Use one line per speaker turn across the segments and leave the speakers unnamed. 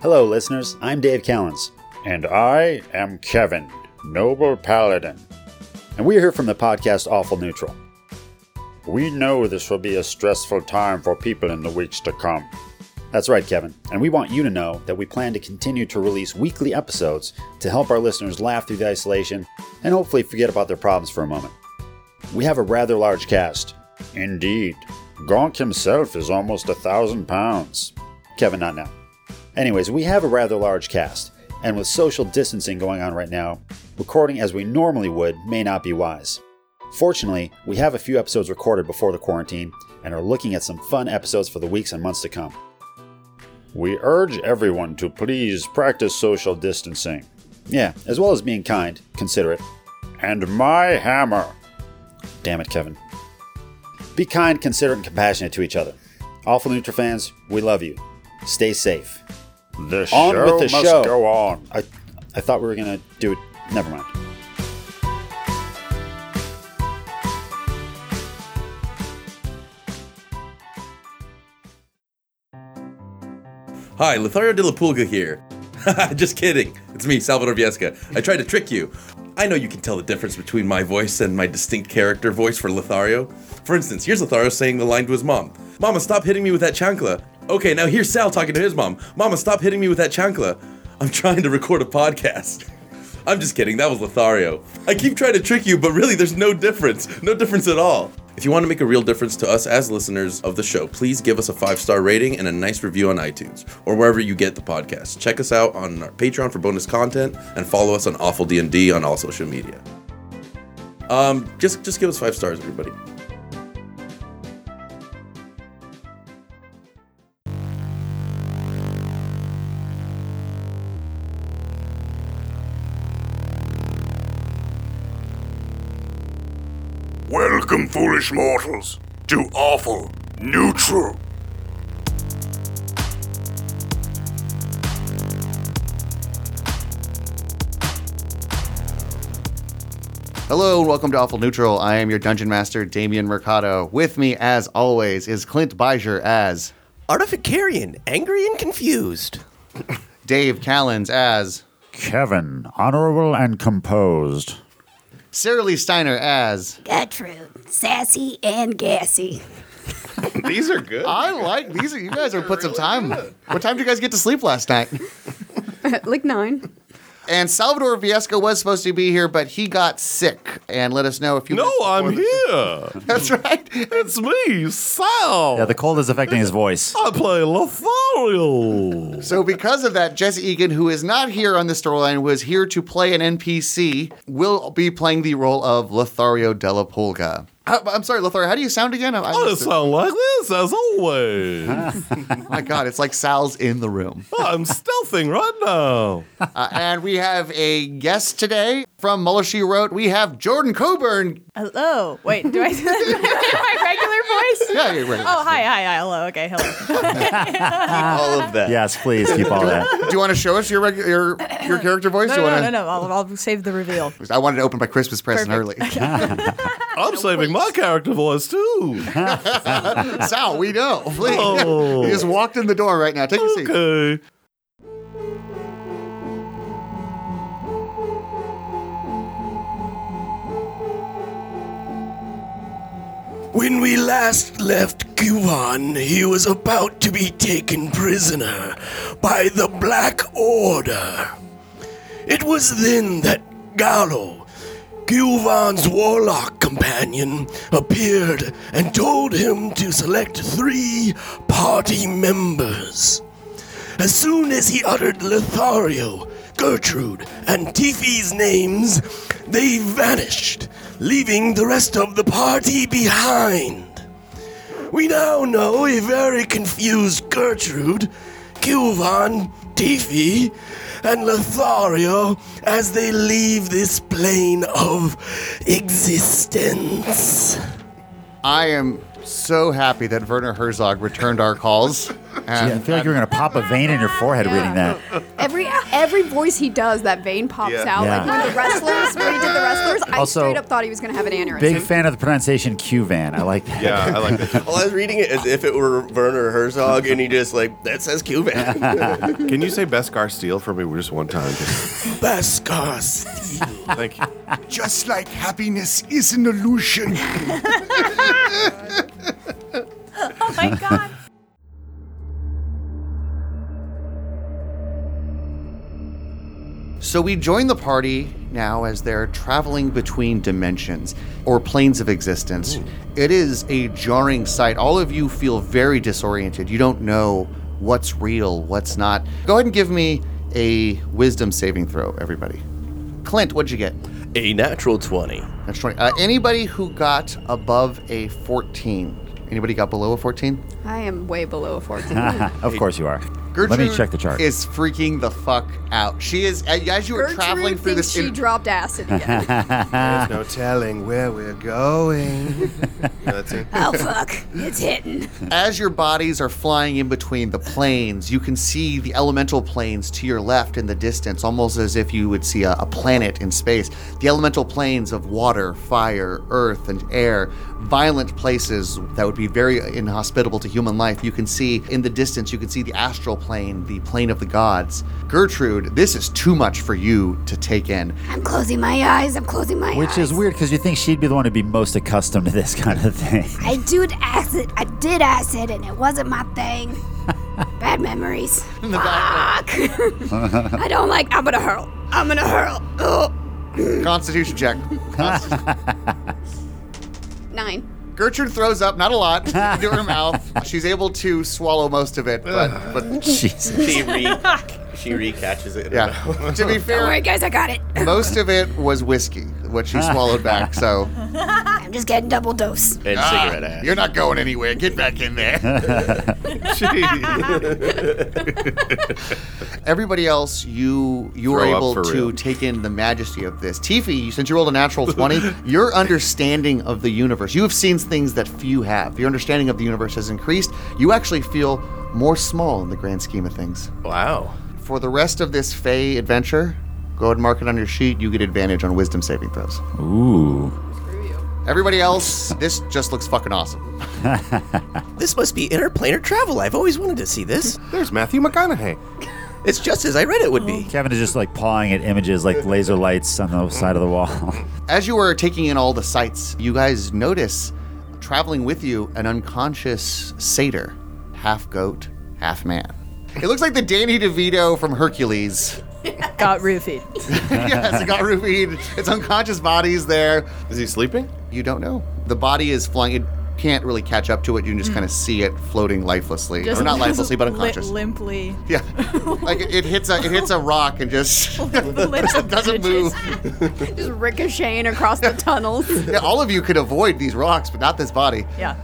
Hello, listeners. I'm Dave Callens,
And I am Kevin, Noble Paladin.
and we're here from the podcast Awful Neutral.
We know this will be a stressful time for people in the weeks to come.
That's right, Kevin. And we want you to know that we plan to continue to release weekly episodes to help our listeners laugh through the isolation and hopefully forget about their problems for a moment. We have a rather large cast.
Indeed, Gonk himself is almost a thousand pounds.
Kevin, not now. Anyways, we have a rather large cast, and with social distancing going on right now, recording as we normally would may not be wise. Fortunately, we have a few episodes recorded before the quarantine and are looking at some fun episodes for the weeks and months to come.
We urge everyone to please practice social distancing.
Yeah, as well as being kind, considerate.
And my hammer.
Damn it, Kevin. Be kind, considerate, and compassionate to each other. Awful Neutral fans, we love you. Stay safe.
The
On
show
with the
must
show.
go on.
I, I thought we were gonna do it. Never mind.
Hi, Lothario de la Pulga here. Just kidding. It's me, Salvador Viesca. I tried to trick you. I know you can tell the difference between my voice and my distinct character voice for Lothario. For instance, here's Lothario saying the line to his mom Mama, stop hitting me with that chancla. Okay, now here's Sal talking to his mom Mama, stop hitting me with that chancla. I'm trying to record a podcast. I'm just kidding, that was Lothario. I keep trying to trick you, but really there's no difference. No difference at all. If you want to make a real difference to us as listeners of the show, please give us a five star rating and a nice review on iTunes or wherever you get the podcast. Check us out on our Patreon for bonus content and follow us on Awful D&D on all social media. Um, just just give us five stars, everybody.
Welcome, foolish mortals, to awful neutral.
Hello and welcome to Awful Neutral. I am your dungeon master, Damian Mercado. With me, as always, is Clint Beiser as
Artificarian, angry and confused.
Dave Callens as
Kevin, honorable and composed.
Sarah Lee Steiner as.
Gertrude, sassy and gassy.
These are good.
I like these. Are, you guys are put some time. What time did you guys get to sleep last night?
like nine.
And Salvador Viesca was supposed to be here, but he got sick and let us know if you.
No, I'm here.
That's right.
It's me, Sal.
Yeah, the cold is affecting his voice.
I play Lothario.
So, because of that, Jesse Egan, who is not here on the storyline, was here to play an NPC, will be playing the role of Lothario Della Pulga. Uh, I'm sorry, Lothario. How do you sound again? I- I
I
missed it.
Oh, sound like this as always. Oh,
My God, it's like Sal's in the room.
I'm stealthing right now.
Uh, and we have a guest today from Muller She Wrote. We have Jordan Coburn.
Hello. Wait, do I do I do my regular voice?
Yeah, you're right.
Oh, hi, hi, hi. Hello. Okay, hello.
All of that.
Yes, please keep all that.
Do you want to show us your regu- your your character voice?
No,
Do you
no,
want
no, no, no. I'll, I'll save the reveal.
I wanted to open my Christmas present early.
I'm saving my character voice too.
Sal, we know. Please.
Oh.
You just walked in the door right now. Take a seat.
Okay.
When we last left Guan, he was about to be taken prisoner by the Black Order. It was then that Gallo, Guvan's warlock companion, appeared and told him to select three party members. As soon as he uttered Lothario, Gertrude, and Tifi's names, they vanished, leaving the rest of the party behind. We now know a very confused Gertrude, Kilvan, Tifi, and Lothario as they leave this plane of existence.
I am so happy that Werner Herzog returned our calls.
I
And
feel like you're going to pop a vein in your forehead reading that.
Every every voice he does, that vein pops
Yeah.
out. Like
Yeah.
when the wrestlers, when he did the wrestlers, I
Also,
straight up thought he was going to have an aneurysm.
Big fan of the pronunciation Q van. I like that.
Yeah, I like that.
Well, I was reading it as if it were Werner Herzog, and he just like that says Cuban.
Can you say Beskar Steel for me just one time?
Beskar Steel.
Thank you.
Just like happiness is an illusion.
Oh my god.
so we join the party now as they're traveling between dimensions or planes of existence. It is a jarring sight. All of you feel very disoriented. You don't know what's real, what's not. Go ahead and give me a wisdom saving throw, everybody. Clint, what'd you get?
A natural 20.
That's 20. Uh, anybody who got above a 14? Anybody got below a 14?
I am way below a 14.
of course you are.
Gertrude
Let me check the chart.
is freaking the fuck out. She is as you were
Gertrude
traveling through
thinks
this.
she
in-
dropped acid again.
There's
no
telling where we're going. that's it.
Oh, fuck. It's hitting.
As your bodies are flying in between the planes, you can see the elemental planes to your left in the distance, almost as if you would see a, a planet in space. The elemental planes of water, fire, earth, and air, violent places that would be very inhospitable to human life. You can see in the distance, you can see the astral plane, the plane of the gods. Gertrude, this is too much for you to take in.
I'm closing my eyes. I'm closing my eyes.
Which is weird because you think she'd be the one to be most accustomed to this kind of thing.
I did acid. I did acid, and it wasn't my thing. Bad memories. Fuck. I don't like. I'm gonna hurl. I'm gonna hurl. Ugh.
Constitution check.
Nine.
Gertrude throws up, not a lot, into her mouth. She's able to swallow most of it, but, but
She re she recatches it. in her
yeah.
mouth.
to be
Don't
fair,
worry, guys. I got it.
most of it was whiskey, what she swallowed back. So
I'm just getting double dose.
and
Ah,
cigarette ash.
you're not going anywhere. Get back in there. Everybody else, you you are
Throw up
able
for
to
real.
take in the majesty of this. Tifi, since you rolled a natural twenty, your understanding of the universe, you have seen things that few have. Your understanding of the universe has increased. You actually feel more small in the grand scheme of things.
Wow.
For the rest of this Fey adventure, go ahead and mark it on your sheet. You get advantage on wisdom saving throws.
Ooh.
Everybody else, this just looks fucking awesome.
This must be interplanar travel. I've always wanted to see this.
There's Matthew McConaughey.
It's just as I read it would be.
Kevin is just like pawing at images like laser lights on the side of the wall.
As you were taking in all the sights, you guys notice traveling with you an unconscious satyr, half goat, half man. It looks like the Danny DeVito from Hercules.
Got roofied.
yes, it got roofied. Its unconscious body's there.
Is he sleeping?
You don't know. The body is flying. It can't really catch up to it. You can just kind of see it floating lifelessly, or not lifelessly, but
li-
unconscious.
limply.
yeah, like it, it hits a it hits a rock and just doesn't move.
Just ricocheting across the tunnels.
Yeah, all of you could avoid these rocks, but not this body.
Yeah.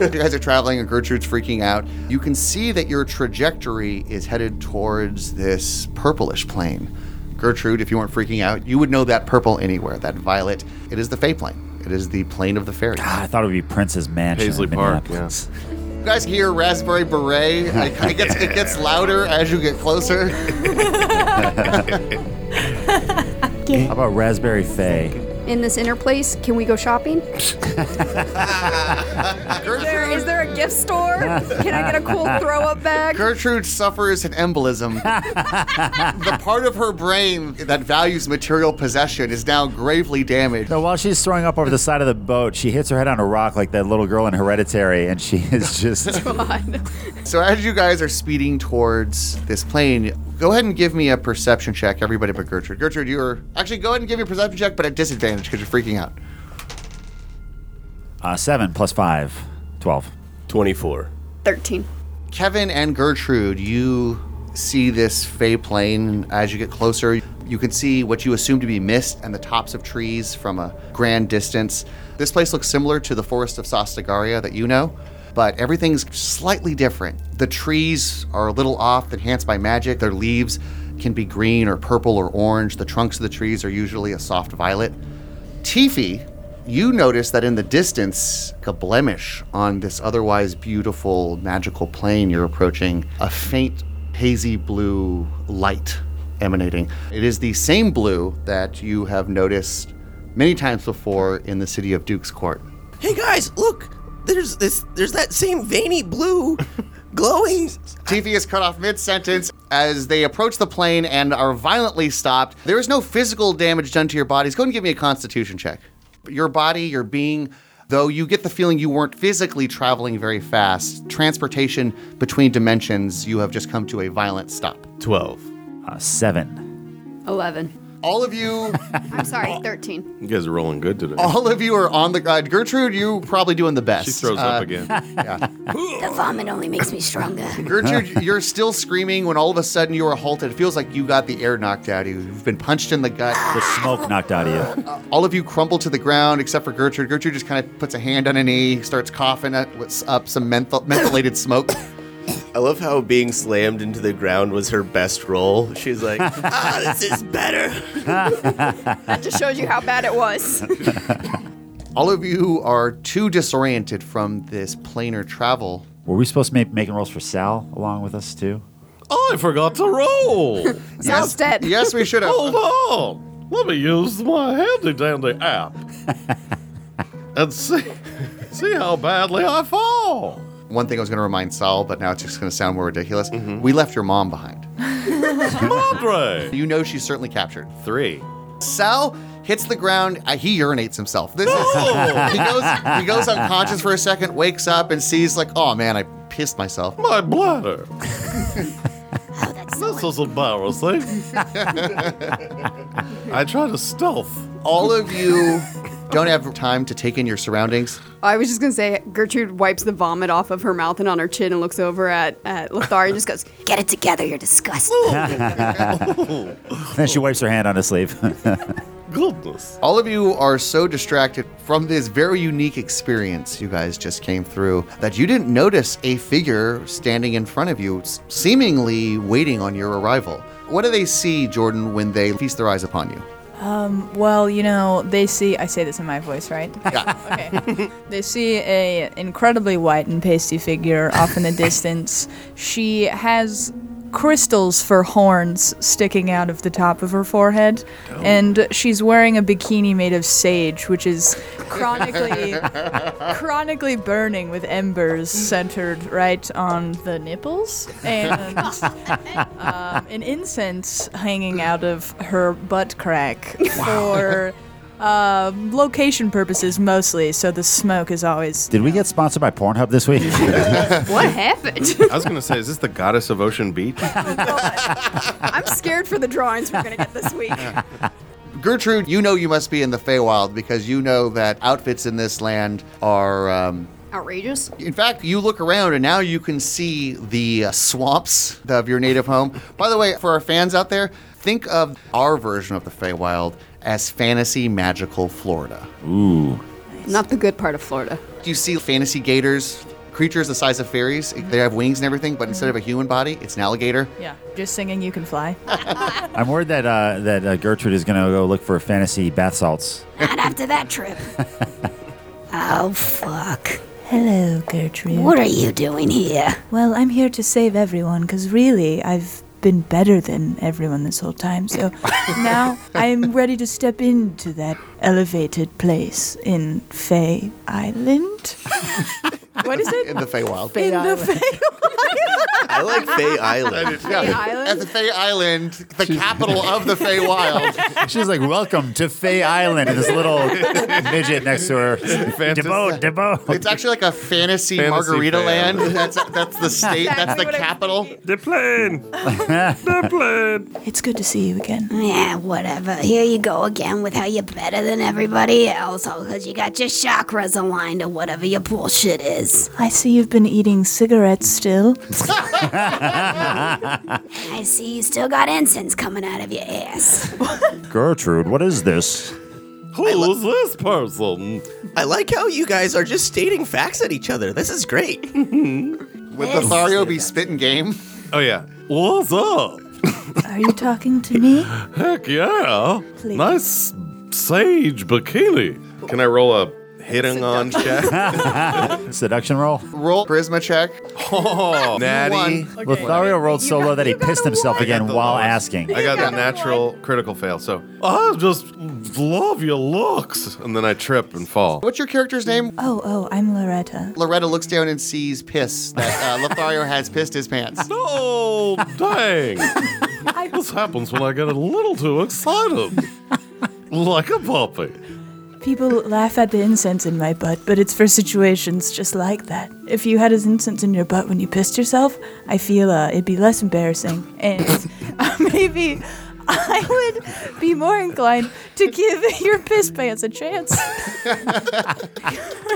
you guys are traveling and Gertrude's freaking out. You can see that your trajectory is headed towards this purplish plane. Gertrude, if you weren't freaking out, you would know that purple anywhere, that violet. It is the Fey plane. It is the plane of the fairies.
I thought it would be Prince's Mansion.
Paisley
in
Park,
Minneapolis.
You guys hear Raspberry Beret? Like, it, gets, it gets louder as you get closer.
How about Raspberry Fay?
In this inner place, can we go shopping? Is there, is
Gertrude,
there a gift store? Can I get a cool throw up bag?
Gertrude suffers an embolism. the part of her brain that values material possession is now gravely damaged.
So while she's throwing up over the side of the boat, she hits her head on a rock like that little girl in Hereditary, and she is just.
So as you guys are speeding towards this plane, go ahead and give me a perception check, everybody but Gertrude. Gertrude, you are actually go ahead and give me a perception check, but at disadvantage because you're freaking out.
Uh, 7 plus 5, 12.
24.
13.
Kevin and Gertrude, you see this fey plane as you get closer. You can see what you assume to be mist and the tops of trees from a grand distance. This place looks similar to the forest of Sostagaria that you know, but everything's slightly different. The trees are a little off, enhanced by magic. Their leaves can be green or purple or orange. The trunks of the trees are usually a soft violet. Tifi, you notice that in the distance, like a blemish on this otherwise beautiful magical plane you're approaching, a faint hazy blue light emanating. It is the same blue that you have noticed many times before in the city of Duke's Court.
Hey guys, look! There's this. There's that same veiny blue, glowing.
TV is cut off mid sentence as they approach the plane and are violently stopped. There is no physical damage done to your bodies. Go and give me a constitution check. Your body, your being, though you get the feeling you weren't physically traveling very fast, transportation between dimensions, you have just come to a violent stop.
12.
Uh, 7.
11.
All of you.
I'm sorry, 13.
You guys are rolling good today.
All of you are on the uh, Gertrude, you probably doing the best.
She throws up
Uh,
again.
the vomit only makes me stronger.
Gertrude, you're still screaming when all of a sudden you are halted. It feels like you got the air knocked out of you. You've been punched in the gut. The
smoke knocked out of you.
All of you crumble to the ground except for Gertrude. Gertrude just kind of puts a hand on a knee, starts coughing up, up some menthol- mentholated smoke.
I love how being slammed into the ground was her best role. She's like,
ah, this is better. that just shows you how bad it was.
All of you are too disoriented from this planar travel.
Were we supposed to be making rolls for Sal along with us too?
Oh, I forgot to roll.
Sal's dead.
Yes, we should have.
Hold on. Let me use my handy dandy app and see see how badly I fall.
One thing I was going to remind Sal, but now it's just going to sound more ridiculous.
Mm-hmm.
We left your mom behind.
Madre.
You know she's certainly captured.
Three.
Sal hits the ground. Uh, he urinates himself. This
No!
is he goes he goes unconscious for a second, wakes up and sees like, oh man, I pissed myself. Oh,
My bladder. this is embarrassing. I try to stealth.
All of you don't have time to take in your surroundings.
I was just gonna say Gertrude wipes the vomit off of her mouth and on her chin and looks over at, at Lothar and just goes, "Get it together, you're disgusting."
Oh.
then she wipes her hand on his sleeve.
Goodness.
All of you are so distracted from this very unique experience you guys just came through that you didn't notice a figure standing in front of you, s- seemingly waiting on your arrival. What do they see, Jordan, when they feast their eyes upon you?
Um, well, you know, they see. I say this in my voice, right?
Yeah.
okay. They see a incredibly white and pasty figure off in the distance. She has crystals for horns sticking out of the top of her forehead,
Oh.
and she's wearing a bikini made of sage, which is chronically chronically burning with embers centered right on the nipples and um, an incense hanging out of her butt crack for uh, location purposes mostly, so the smoke is always.
Did we get sponsored by Pornhub this week?
What happened?
I was gonna say, is this the goddess of Ocean Beach?
I'm scared for the drawings we're gonna get this week.
Gertrude, you know you must be in the Feywild because you know that outfits in this land are. Um,
Outrageous.
in fact, you look around and now you can see the uh, swamps of your native home. By the way, for our fans out there, think of our version of the Feywild as fantasy magical Florida.
Ooh.
Not the good part of Florida.
Do you see fantasy gators, creatures the size of fairies? They have wings and everything, but instead of a human body, it's an alligator.
Yeah, just singing "You Can Fly."
I'm worried that uh, that uh, Gertrude is going to go look for fantasy bath salts.
Not after that trip. Oh, fuck.
Hello, Gertrude.
What are you doing here?
Well, I'm here to save everyone because really, I've been better than everyone this whole time. So now I'm ready to step into that elevated place in Fay Island. what is it?
In the Feywild.
In the
I like Fay Island.
Island?
At the Fey Island, the capital of the Feywild.
She's like, "Welcome to Fay Island." And this little midget next to her, Debo, Debo.
It's actually like a fantasy,
Fantasy
margarita
fan.
land. That's that's the state. that's the capital.
The plane.
the
plane.
It's good to see you again.
Yeah, whatever. Here you go again with how you're better than everybody else, all 'cause you got your chakras aligned or whatever your bullshit is.
I see you've been eating cigarettes still.
I see you still got incense coming out of your ass.
Gertrude, what is this?
Who is this person?
I like how you guys are just stating facts at each other. This is great.
Would Lothario be spitting game?
Oh yeah. What's up?
Are you talking to me?
Heck yeah.
Please.
Nice sage bikini.
Can I roll a hitting on check?
Seduction roll.
Roll charisma check.
Oh, natty.
Lothario rolled so low that he pissed himself again while asking.
I got the natural critical fail, so I just love your looks, and then I trip and fall.
What's your character's name?
Oh, oh, I'm Loretta.
Loretta looks down and sees piss that uh, Lothario has pissed his pants.
No, dang. this happens when I get a little too excited, like a puppy.
People laugh at the incense in my butt, but it's for situations just like that. If you had incense in your butt when you pissed yourself, I feel uh, it'd be less embarrassing, and uh, maybe I would be more inclined to give your piss pants a chance.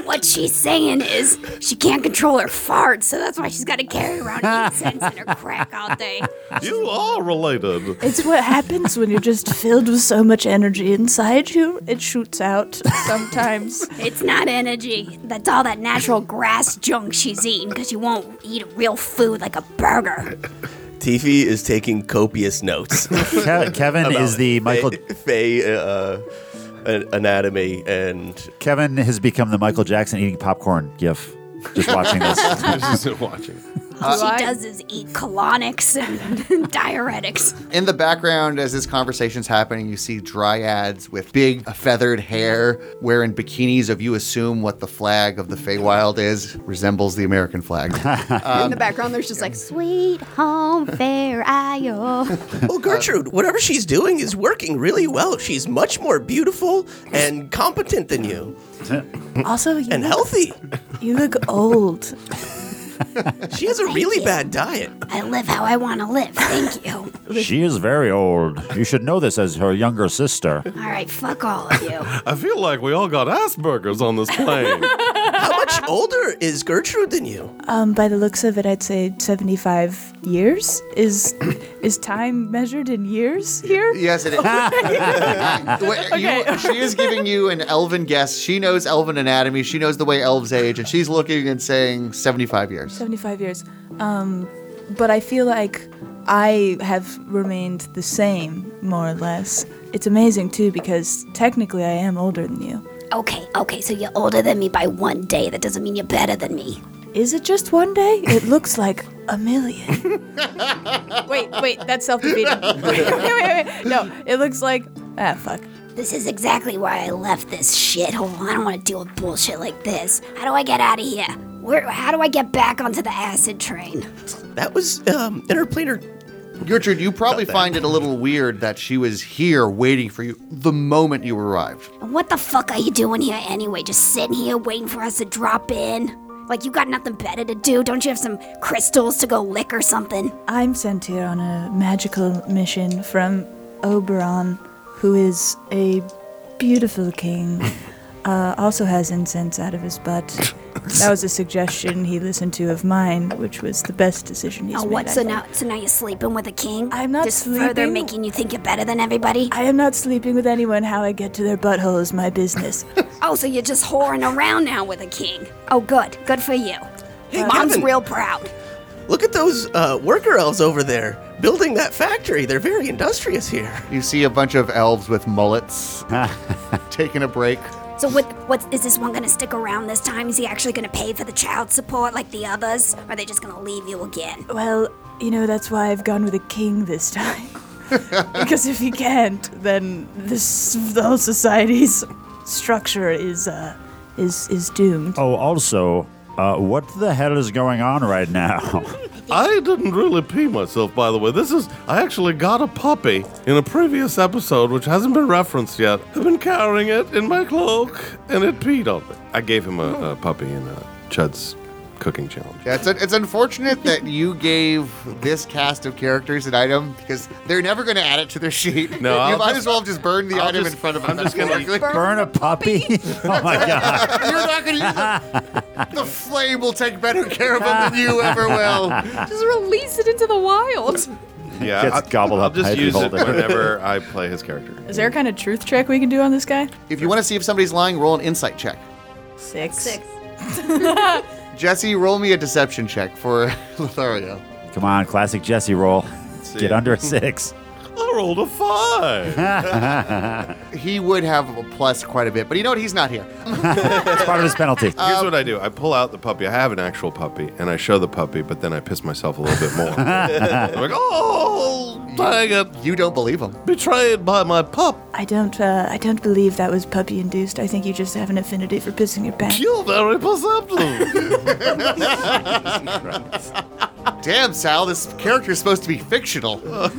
What she's saying is she can't control her farts, so that's why she's got to carry around incense in her crack all day.
You are related.
It's what happens when you're just filled with so much energy inside you. It shoots out sometimes.
It's not energy. That's all that natural grass junk she's eating because she won't eat real food like a burger.
Tiffy is taking copious notes.
Ke- Kevin
About
is the Michael.
Fey uh, an- anatomy and
Kevin has become the Michael Jackson eating popcorn gif. Just watching this.
Just watching.
all she does is eat colonics and diuretics.
In the background, as this conversation's happening, you see dryads with big feathered hair wearing bikinis of you assume what the flag of the Feywild is resembles the American flag. Um,
in the background, there's just like
sweet home fair isle.
Well, Gertrude, whatever she's doing is working really well. She's much more beautiful and competent than you.
Also, you
and
look-
healthy.
You look old.
She has a really bad diet.
I live how I want to live. Thank you.
She is very old. You should know this as her younger sister.
All right, fuck all of you.
I feel like we all got Asperger's on this plane.
How much older is Gertrude than you?
Um, by the looks of it, I'd say 75 years is is time measured in years here.
Yes, it is. The way- you- she is giving you an elven guess. She knows elven anatomy. She knows the way elves age, and she's looking and saying 75 years.
75 years. Um, but I feel like I have remained the same, more or less. It's amazing too because technically I am older than you.
Okay, okay, so you're older than me by one day. That doesn't mean you're better than me.
Is it just one day? It looks like a million. wait, wait, that's self defeating. wait, wait, wait. No, it looks like ah fuck.
This is exactly why I left this shithole. I don't want to deal with bullshit like this. How do I get out of here? Where? How do I get back onto the acid train?
That was um, interplanar.
Gertrude, you probably find it a little weird that she was here waiting for you the moment you arrived.
And What the fuck are you doing here anyway? Just sitting here waiting for us to drop in? Like you got nothing better to do? Don't you have some crystals to go lick or something?
I'm sent here on a magical mission from Oberon, who is a beautiful king. Uh, also has incense out of his butt. That was a suggestion he listened to of mine, which was the best decision he's
oh,
made.
what?
I
So
think.
now, so now you're sleeping with a king? I'm
not
Just further
sleeping.
making you think you're better than everybody?
I am not sleeping with anyone. How I get to their butthole is my business.
Oh, so you're just whoring around now with a king? Oh, good. Good for you.
Hey,
Mom's
Kevin.
real proud.
Look at those uh, worker elves over there building that factory. They're very industrious here.
You see a bunch of elves with mullets taking a break.
So what? What is this one gonna stick around this time? Is he actually gonna pay for the child support like the others? Or are they just gonna leave you again?
well, you know that's why I've gone with a king this time. because if he can't, then this the whole society's structure is uh, is is doomed.
Oh, also, uh, what the hell is going on right now?
I didn't really pee myself, by the way. This is, I actually got a puppy in a previous episode, which hasn't been referenced yet. I've been carrying it in my cloak, and it peed on me. I gave him a, a puppy in uh, Chud's cooking challenge.
Yeah, it's, it's unfortunate that you gave this cast of characters an item because they're never going to add it to their sheet.
No,
you
I'll
might
just-
as well have just burned the
I'll
item
just-
in front of
I'm
them.
just gonna-
Burn a puppy? Oh my god.
You're not going to use it. The flame will take better care of them than you ever will.
Just release it into the wild.
Yeah,
Gets
I,
gobbled
I'll
up by
just
the
use it
beholder.
whenever uh, I play his character.
Is there a kind of truth check we can do on this guy?
If you want to see if somebody's lying, roll an insight check.
Six. Six.
Jesse, roll me a deception check for Lothario.
Come on, classic Jesse roll.
see.
Get under a six.
I rolled a five.
he would have a plus quite a bit, but you know what? He's not here.
That's
part of his penalty.
Here's what I do I pull out the puppy. I have an actual puppy, and I show the puppy, but then I piss myself a little bit more. I'm like, oh, dang it.
You don't believe him.
Betrayed by my pup.
I don't. Uh, I don't believe that was puppy induced. I think you just have an affinity for pissing your pants.
You're very perceptive.
Damn, Sal, this character's supposed to be fictional.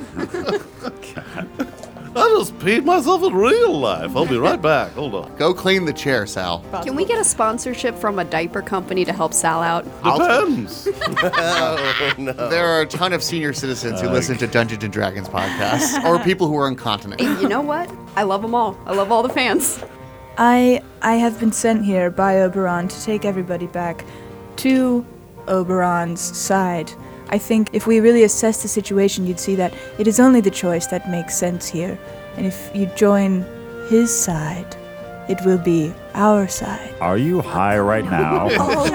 I just peed myself in real life. I'll be right back. Hold on.
Go clean the chair, Sal.
Can we get a sponsorship from a diaper company to help Sal out?
Depends.
There are a ton of senior citizens who listen to Dungeons and Dragons podcasts or people who are incontinent.
you know what? I love them all. I love all the fans.
I I have been sent here by Oberon to take everybody back to Oberon's side. I think if we really assess the situation, you'd see that it is only the choice that makes sense here. And if you join his side, it will be our side.
Are you high right
Oh,
now?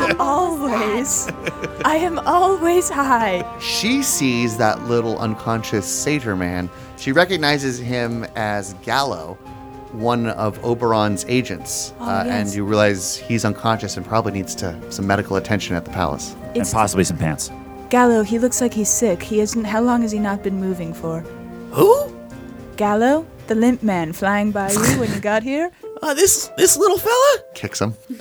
Al- always. I am always high.
She sees that little unconscious satyr man. She recognizes him as Gallo, one of Oberon's agents, Uh,
Oh,
and
yes.
you realize he's unconscious and probably needs to some medical attention at the palace,
It's-
possibly some pants.
Gallo, he looks like he's sick. He isn't. How long has he not been moving for?
Who?
Gallo, the limp man flying by you when you got here?
Uh, this this little fella?
Kicks him.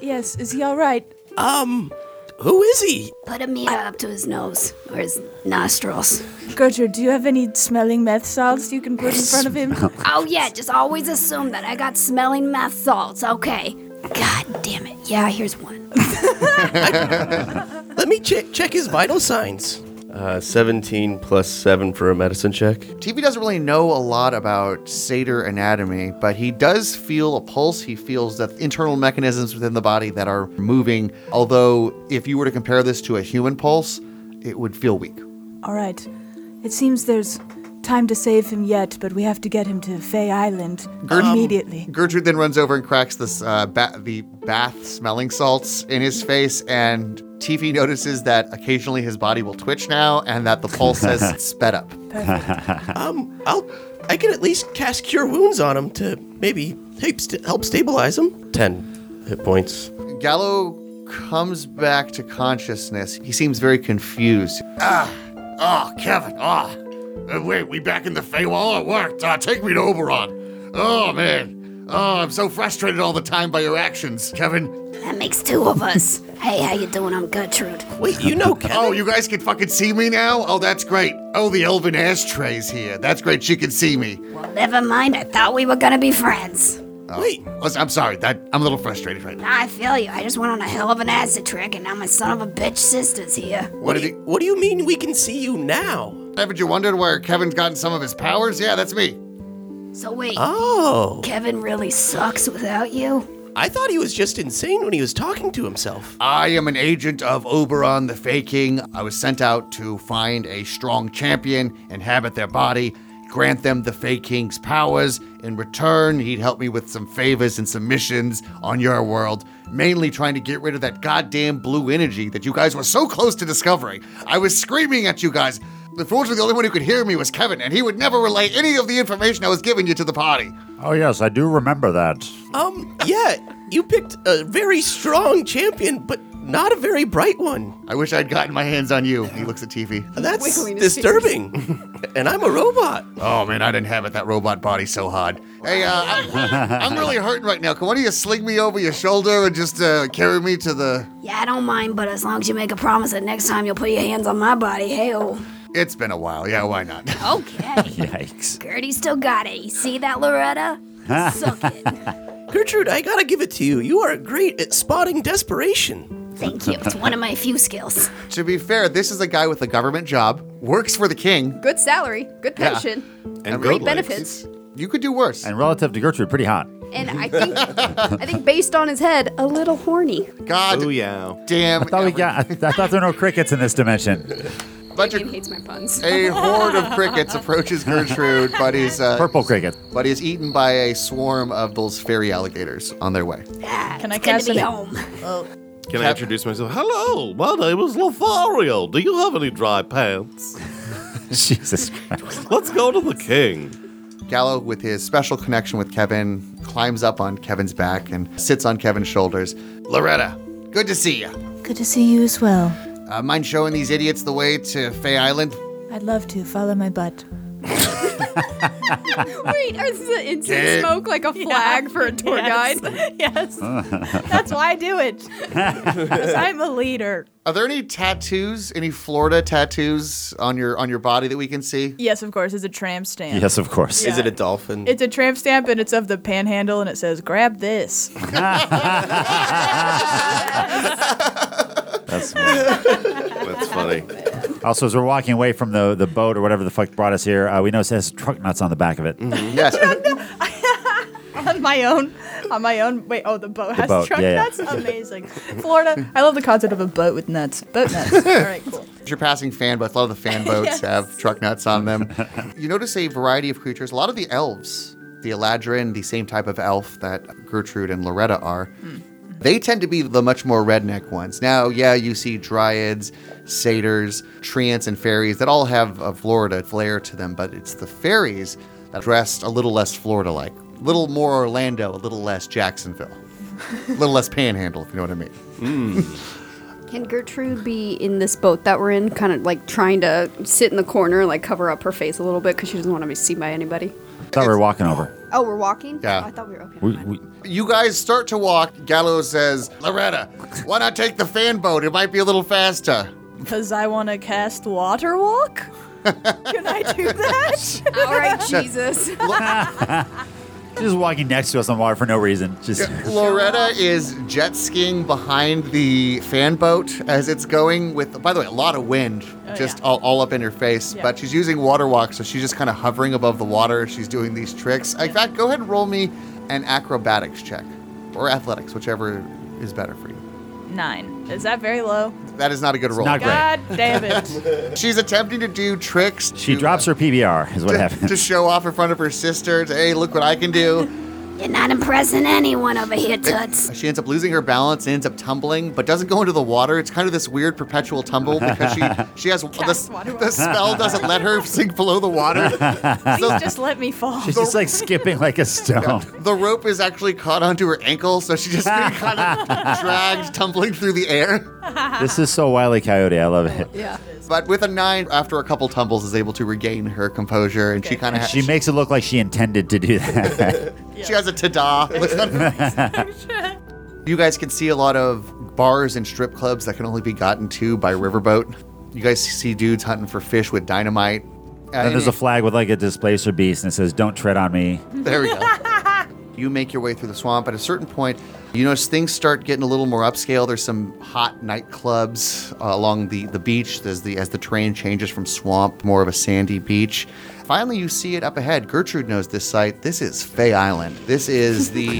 Yes, is he all right?
Um, who is he?
Put a mirror up to his nose or his nostrils.
Gertrude, do you have any smelling meth salts you can put in front of him?
Oh yeah, just always assume that I got smelling mouth salts. Okay. God damn it. Yeah, here's one.
Let me check check his vital signs.
Uh, 17 plus 7 for a medicine check.
TV doesn't really know a lot about satyr anatomy, but he does feel a pulse. He feels that internal mechanisms within the body that are moving. Although, if you were to compare this to a human pulse, it would feel weak.
All right. It seems there's time to save him yet, but we have to get him to Fay Island
Um,
Um, immediately.
Gertrude then runs over and cracks this uh, ba- the bath smelling salts in his face, and Tiffy notices that occasionally his body will twitch now, and that the pulse has sped up.
Um, I'll I can at least cast cure wounds on him to maybe help, st- help stabilize him.
10 hit points.
Gallo comes back to consciousness. He seems very confused. Ah,
Ah, Kevin. Ah, Uh, wait, we back in the Feywild. It worked. Uh, take me to Oberon. Oh man. Oh, I'm so frustrated all the time by your actions, Kevin.
That makes two of us. Hey, how you doing? I'm Gertrude.
Wait, you know
Kevin? Oh, you guys can fucking see me now? Oh, that's great. Oh, the elven ashtray's here. That's great. She can see me.
Never mind, I thought we were gonna be friends.
Wait. Oh, I'm sorry. That I'm a little frustrated right now.
I feel you. I just went on a hell of an acid trick and now my son of a bitch sister's here.
What, do you,
what do you mean we can see you now?
Haven't you wondered where Kevin's gotten some of his powers? Yeah, that's me.
So wait.
Oh.
Kevin really sucks without you?
I thought he was just insane when he was talking to himself.
I am an agent of Oberon the Fey King. I was sent out to find a strong champion, inhabit their body, grant them the Fey King's powers. In return, he'd help me with some favors and some missions on your world, mainly trying to get rid of that goddamn blue energy that you guys were so close to discovering. I was screaming at you guys. Unfortunately, the only one who could hear me was Kevin, and he would never relay any of the information I was giving you to the party.
Oh, yes, I do remember that.
Um, yeah, you picked a very strong champion, but not a very bright one.
I wish I'd gotten my hands on you. He looks at TV.
That's
Wiggling his
disturbing. and I'm a robot.
Oh man, I'd inhabit that robot body so hard. Hey, uh, I'm, I'm really hurting right now. Can one of you sling me over your shoulder and just uh, carry me to the?
Yeah, I don't mind, but as long as you make a promise that next time you'll put your hands on my body, hell.
It's been a while. Yeah, why not?
Okay.
Yikes.
Gertie still got it. You see that, Loretta? Suck it.
Gertrude, I gotta give it to you. You are great at spotting desperation.
Thank you. It's one of my few skills.
To be fair, this is a guy with a government job, works for the king.
Good salary, good
Yeah.
pension,
And
great
good
benefits.
You could do worse.
And relative to Gertrude, pretty hot.
And I think, I think based on his head, a little horny.
God
yeah.
damn.
I thought we got. I, I thought there were no crickets in this dimension.
Damien hates my puns.
A horde of crickets approaches Gertrude, but he's uh,
Purple cricket.
but he's eaten by a swarm of those fairy alligators on their way.
Can
I
Uh, it's good
cast
to be
an-
home.
Can I introduce myself? Hello, my name is Lothario. Do you have any dry pants?
Jesus Christ.
Let's go to the king.
Gallo, with his special connection with Kevin, climbs up on Kevin's back and sits on Kevin's shoulders. Loretta, good to see you.
Good to see you as well.
Uh, mind showing these idiots the way to Fay Island?
I'd love to follow my butt.
Wait, is the
Get-
incense smoke like a flag for a tour
Yes.
guide?
yes. That's why I do it. 'Cause I'm a leader.
Are there any tattoos, any Florida tattoos on your on your body that we can see?
Yes, of course. It's a tramp stamp. Yeah.
a dolphin?
It's a tramp stamp and it's of the panhandle and it says, grab this.
That's
That's funny.
Also, as we're walking away from the, the boat or whatever the fuck brought us here, uh, we notice it has truck nuts on the back of it.
Mm-hmm. Yes.
on my own. On my own. Wait, oh, the boat has
boat,
truck
yeah, yeah.
nuts? Amazing. Florida, I love the concept of a boat with nuts. Boat nuts. All right, cool.
If You're passing fan boats. A lot of the fan boats
Yes.
have truck nuts on them. you notice a variety of creatures. A lot of the elves, the Eladrin, the same type of elf that Gertrude and Loretta are,
Mm-hmm.
they tend to be the much more redneck ones. Now, yeah, you see dryads, satyrs, treants, and fairies that all have a Florida flair to them, but it's the fairies that dressed a little less Florida like. A little more Orlando, a little less Jacksonville. A little less panhandle, if you know what I mean.
Can Gertrude be in this boat that we're in, kind of like trying to sit in the corner and like cover up her face a little bit because she doesn't want to be seen by anybody?
thought we were walking over.
Oh, we're walking?
Yeah.
Oh, I thought we were okay.
We, we,
You guys start to walk. Gallo says, Loretta, why not take the fan boat? It might be a little faster.
Because I want to cast Water Walk? Can I do that?
All right, Jesus.
She's just walking next to us on water for no reason. Just
Loretta is jet skiing behind the fan boat as it's going with, by the way, a lot of wind just all, all up in her face.
Yeah.
But she's using water walk, so she's just kind of hovering above the water. She's doing these tricks. In fact, go ahead and roll me an acrobatics check or athletics, whichever is better for you.
Nine. Is that very low?
That is not a good roll.
not
God damn it.
She's attempting to do tricks
she drops her PBR, is what
to,
happened.
to show off in front of her sister. To, hey, look what I can do.
You're not impressing anyone over here, Toots.
She ends up losing her balance and ends up tumbling, but doesn't go into the water. It's kind of this weird perpetual tumble because she she has the, the spell doesn't let her sink below the water.
Please just let me fall.
She's just like skipping like a stone.
The rope is actually caught onto her ankle, so she just kind of dragged, tumbling through the air.
this is so wily coyote. I love it.
Yeah. But with a nine, after a couple tumbles, is able to regain her composure, and she kind of
And she makes it look like she intended to do that.
She has a ta-da. Looks on her face. you guys can see a lot of bars and strip clubs that can only be gotten to by riverboat. You guys see dudes hunting for fish with dynamite. Uh,
then there's a flag with like a displacer beast and it says, Don't tread on me.
there we go. You make your way through the swamp. At a certain point, you notice things start getting a little more upscale. There's some hot nightclubs uh, along the, the beach as the as the terrain changes from swamp more of a sandy beach. Finally, you see it up ahead. Gertrude knows this site. This is Fay Island. This is the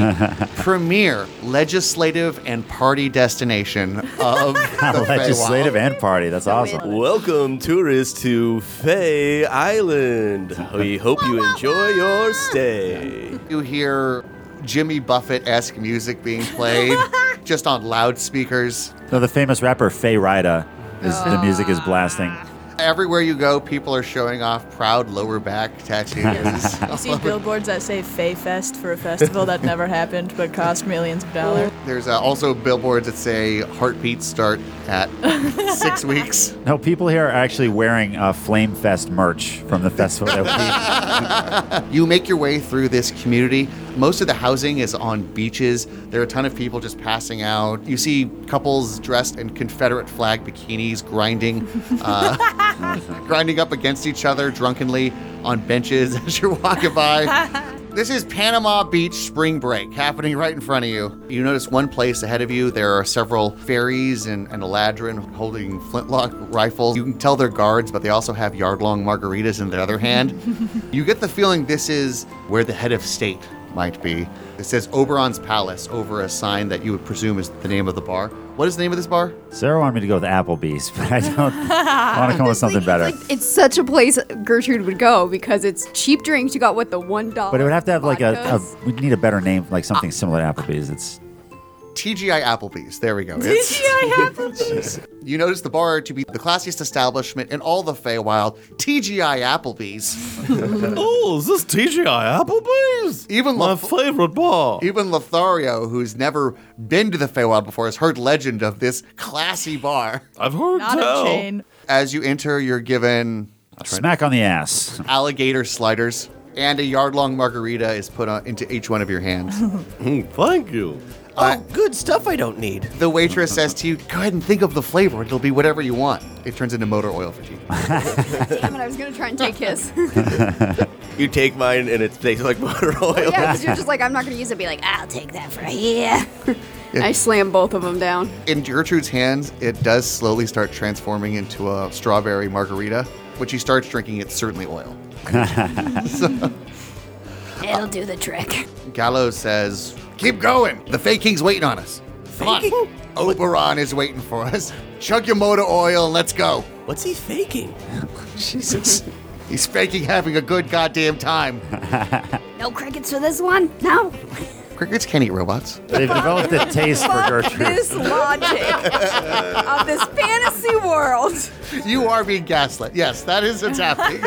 premier legislative and party destination of the
Legislative
Feywild.
and party. That's awesome.
Welcome, tourists, to Fay Island. We hope you enjoy your stay.
You hear Jimmy Buffett-esque music being played just on loudspeakers.
No, the famous rapper Faye Rida is the music is blasting.
Ah.
Everywhere you go, people are showing off proud lower back tattoos.
You see billboards that say Fay Fest for a festival that never happened but cost millions of dollars.
There's uh, also billboards that say heartbeats start at six weeks.
No, people here are actually wearing uh, Flame Fest merch from the festival. That
You make your way through this community. Most of the housing is on beaches. There are a ton of people just passing out. You see couples dressed in Confederate flag bikinis grinding, uh, grinding up against each other drunkenly on benches as you're walking by. This is Panama Beach spring break happening right in front of you. You notice one place ahead of you, there are several fairies and, and Eladrin holding flintlock rifles. You can tell they're guards, but they also have yard long margaritas in their other hand. you get the feeling this is where the head of state might be. It says Oberon's Palace over a sign that you would presume is the name of the bar. What is the name of this bar?
we, Sarah wanted me to go with Applebee's, but I don't I want to come up with something better.
Ah, It's such a place Gertrude would go because it's cheap drinks. You got what the one dollar. Ah.
But it would have to have like a, a we need a better name, like something similar to Applebee's. It's
TGI Applebee's. There we go. It's-
TGI Applebee's.
You notice the bar to be the classiest establishment in all the Feywild, TGI Applebee's.
oh, is this TGI Applebee's?
Even my
favorite bar.
Even Lothario, who's never been to the Feywild before, has heard legend of this classy bar.
I've heard
Not a tell. chain.
As you enter, you're given
smack on the ass.
Alligator sliders and a yard-long margarita is put on, into each one of your hands.
Mm,
Thank you.
Oh, good stuff I don't need. The waitress says to you, go ahead and think of the flavor. It'll be whatever you want. It turns into motor oil for you.
Damn it, I was gonna try and take his.
you take mine and it tastes like motor
Oh,
oil.
yeah, because you're just like, I'm not gonna use it. Be like, I'll take that for here.
I
slam both of them down.
In Gertrude's hands, it does slowly start transforming into a strawberry margarita. When she starts drinking, it's certainly oil. so,
It'll do the trick.
Gallo says, keep going. The Fey King's waiting on us. Come on. Oberon is waiting for us. Chug your motor oil and let's go.
What's he faking?
Jesus. He's faking having a good goddamn time.
No crickets for this one? No?
Crickets can't eat robots.
They've developed a taste for
Fuck
Gertrude.
This logic of this fantasy world.
You are being gaslit. Yes, that is what's happening.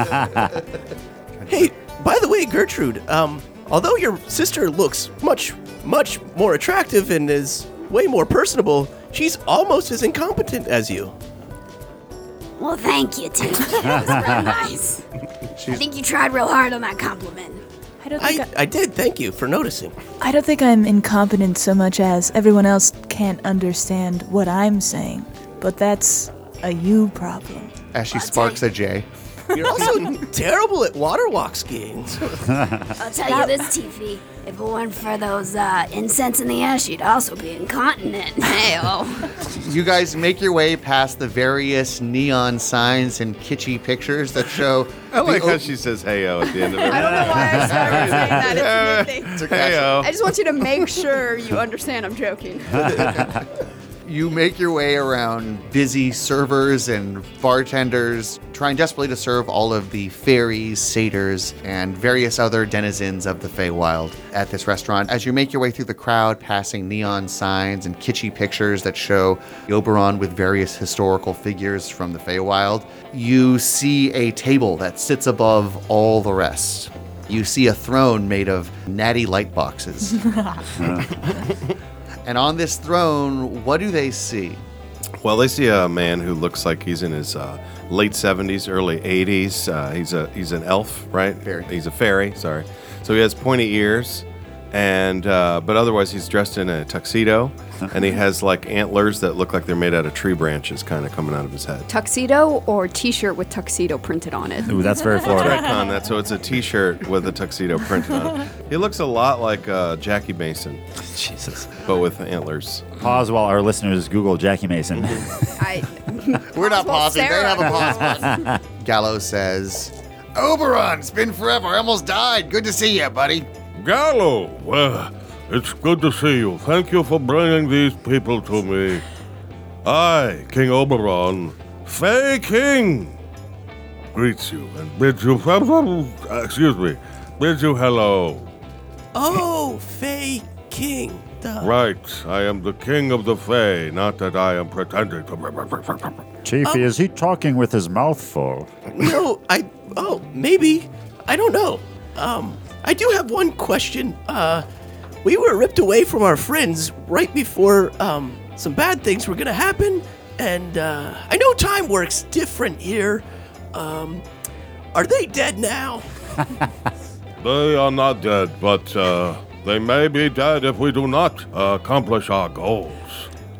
Hey, by the way, Gertrude, um, although your sister looks much, much more attractive and is way more personable, she's almost as incompetent as you.
Well, thank you, Tim. That was real nice. I think you tried real hard on that compliment.
I don't
I, I did thank you for noticing.
I don't think I'm incompetent so much as everyone else can't understand what I'm saying, but that's a you problem.
As she sparks a J.
You're also terrible at water walk skiing.
I'll tell you this, Tiffy. If it weren't for those uh, incense in the ash, you'd also be incontinent. Hey, oh.
You guys make your way past the various neon signs and kitschy pictures that show.
I like
the
how
o-
she says "heyo" at the end of it.
I don't know why I started saying
that. It's a new thing.
It's a
Heyo.
uh, I just want you to make sure you understand I'm joking.
you make your way around busy servers and bartenders, trying desperately to serve all of the fairies, satyrs, and various other denizens of the Feywild at this restaurant. As you make your way through the crowd, passing neon signs and kitschy pictures that show Oberon with various historical figures from the Feywild, you see a table that sits above all the rest. You see a throne made of natty light boxes. And on this throne, what do they see?
Well, they see a man who looks like he's in his uh, late seventies, early eighties. Uh, he's a he's an elf, right? Fairy. He's a fairy. Sorry. So he has pointy ears, and uh, but otherwise he's dressed in a tuxedo, and he has like antlers that look like they're made out of tree branches, kind of coming out of his head.
tuxedo or t-shirt with tuxedo printed on it.
That's retcon that. So it's a T-shirt with a tuxedo printed on it. He looks a lot like uh, Jackie Mason. Jesus. But with antlers.
Pause while our listeners Google Jackie Mason.
We're not pausing. They
Sarah
have a pause
knows.
button. Gallo says, Oberon, it's been forever. I almost died. Good to see you, buddy.
Gallo,
well, it's good to see you. Thank you for bringing these people to me. I, King Oberon, Fey King, greets you and bids you, Uh, excuse me, bids you hello.
Oh, Fey King. Duh.
Right, I am the king of the Fey, not that I am pretending to.
Oh.
Chiefy, is he talking with his mouth full?
No, I. Oh, maybe. I don't know. Um, I do have one question. Uh, we were ripped away from our friends right before um, some bad things were gonna happen, and uh, I know time works different here. Um, are they dead now?
They are not dead, but uh, they may be dead if we do not accomplish our goals.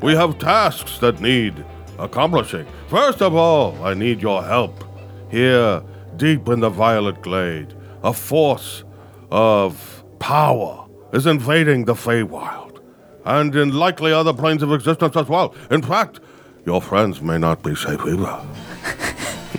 We have tasks that need accomplishing. First of all, I need your help. Here, deep in the Violet Glade, a force of power is invading the Feywild, and in likely other planes of existence as well. In fact, your friends may not be safe either.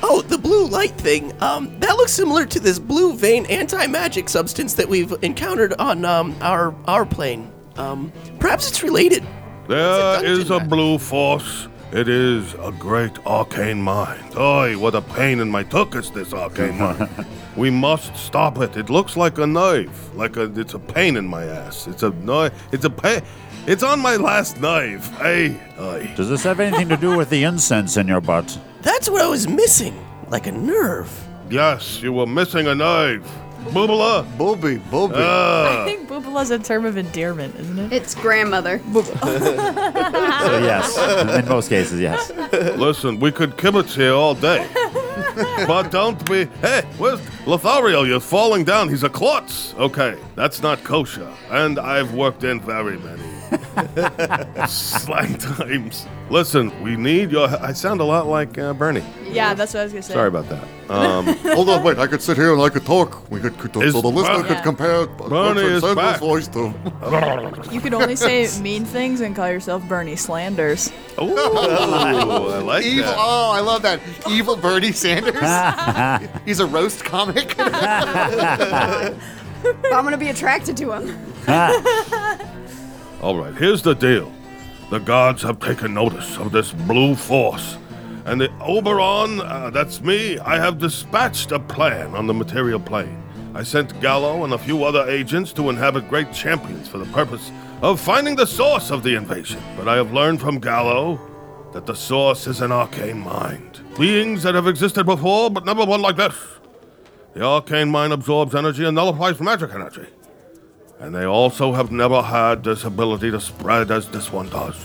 Oh, the blue light thing. Um, that looks similar to this blue vein anti-magic substance that we've encountered on um, our our plane. Um, perhaps it's related.
There is a blue force It is a great arcane mind. Oi, what a pain in my tuck is this arcane mind. We must stop it. It looks like a knife. Like a, it's a pain in my ass. It's a knife. It's a pain. It's on my last knife. Hey, hey.
Does this have anything to do with the incense in your butt?
That's what I was missing, like a nerve.
Yes, you were missing a knife. Ah. Boobala.
Booby, booby.
I think boobala's a term of endearment, isn't it?
It's grandmother.
So yes, in most cases, yes.
Listen, we could kibitz here all day. but don't be. Hey, where's Lothario? You're falling down. He's a klutz. Okay, that's not kosher. And I've worked in very many slang times. Listen, we need your. I sound a lot like uh, Bernie.
Yeah, that's what I was gonna say.
Sorry about that. Um,
Hold on, wait. I could sit here and I could talk. We could, could
Is
so the listener
Ber-
could compare
Bernie is
Sanders'
back.
voice to.
You could only say mean things and call yourself Bernie Slanders.
Ooh, I like
Evil,
that.
oh, I love that. Evil Bernie Sanders. He's a roast comic.
But I'm gonna be attracted to him.
Ah.
All right, here's the deal. The gods have taken notice of this blue force. And the Oberon, uh, that's me, I have dispatched a plan on the material plane. I sent Gallo and a few other agents to inhabit great champions for the purpose of finding the source of the invasion. But I have learned from Gallo that the source is an arcane mind. Beings that have existed before, but never one like this. The arcane mind absorbs energy and nullifies magic energy. And they also have never had this ability to spread as this one does.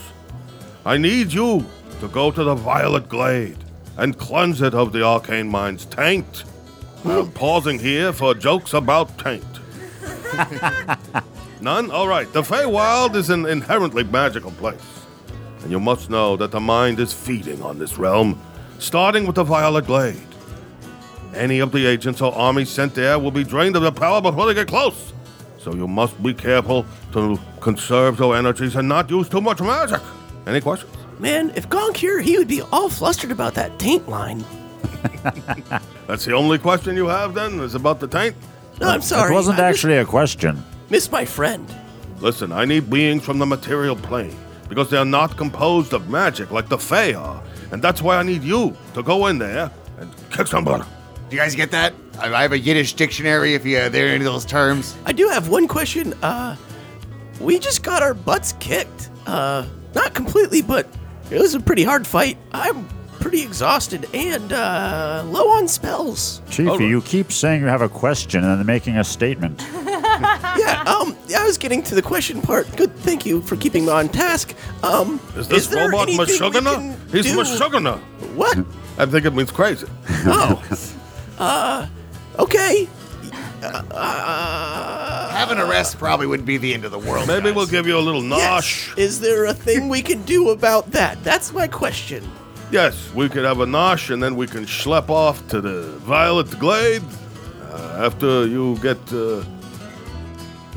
I need you to go to the Violet Glade and cleanse it of the Arcane Mind's taint. I'm pausing here for jokes about taint. None? All right. The Feywild is an inherently magical place. And you must know that the mind is feeding on this realm, starting with the Violet Glade. Any of the agents or armies sent there will be drained of their power before they get close. So you must be careful to conserve your energies and not use too much magic. Any questions?
Man, if Gong here, he would be all flustered about that taint line.
That's the only question you have then, is about the taint?
No, I'm sorry.
It wasn't
I
actually a question.
Miss my friend.
Listen, I need beings from the material plane because they are not composed of magic like the Fae are. And that's why I need you to go in there and kick some butt.
Do you guys get that? I I have a Yiddish dictionary if you're there any of those terms.
I do have one question. Uh, we just got our butts kicked. Uh, not completely, but it was a pretty hard fight. I'm pretty exhausted and uh, low on spells.
Chief, you keep saying you have a question and then making a statement.
yeah, um, I was getting to the question part. Good, thank you for keeping me on task. Um,
Is this
there
robot
anything we
Mashugana?
can
He's
do-
Mashugana.
What? Oh.
I think it means crazy.
Uh, okay. uh,
Having a rest probably wouldn't be the end of the world.
Maybe we'll give you a little nosh.
Yes. Is there a thing we can do about that? That's my question.
Yes, we could have a nosh and then we can schlep off to the Violet Glade. Uh, after you get. Uh,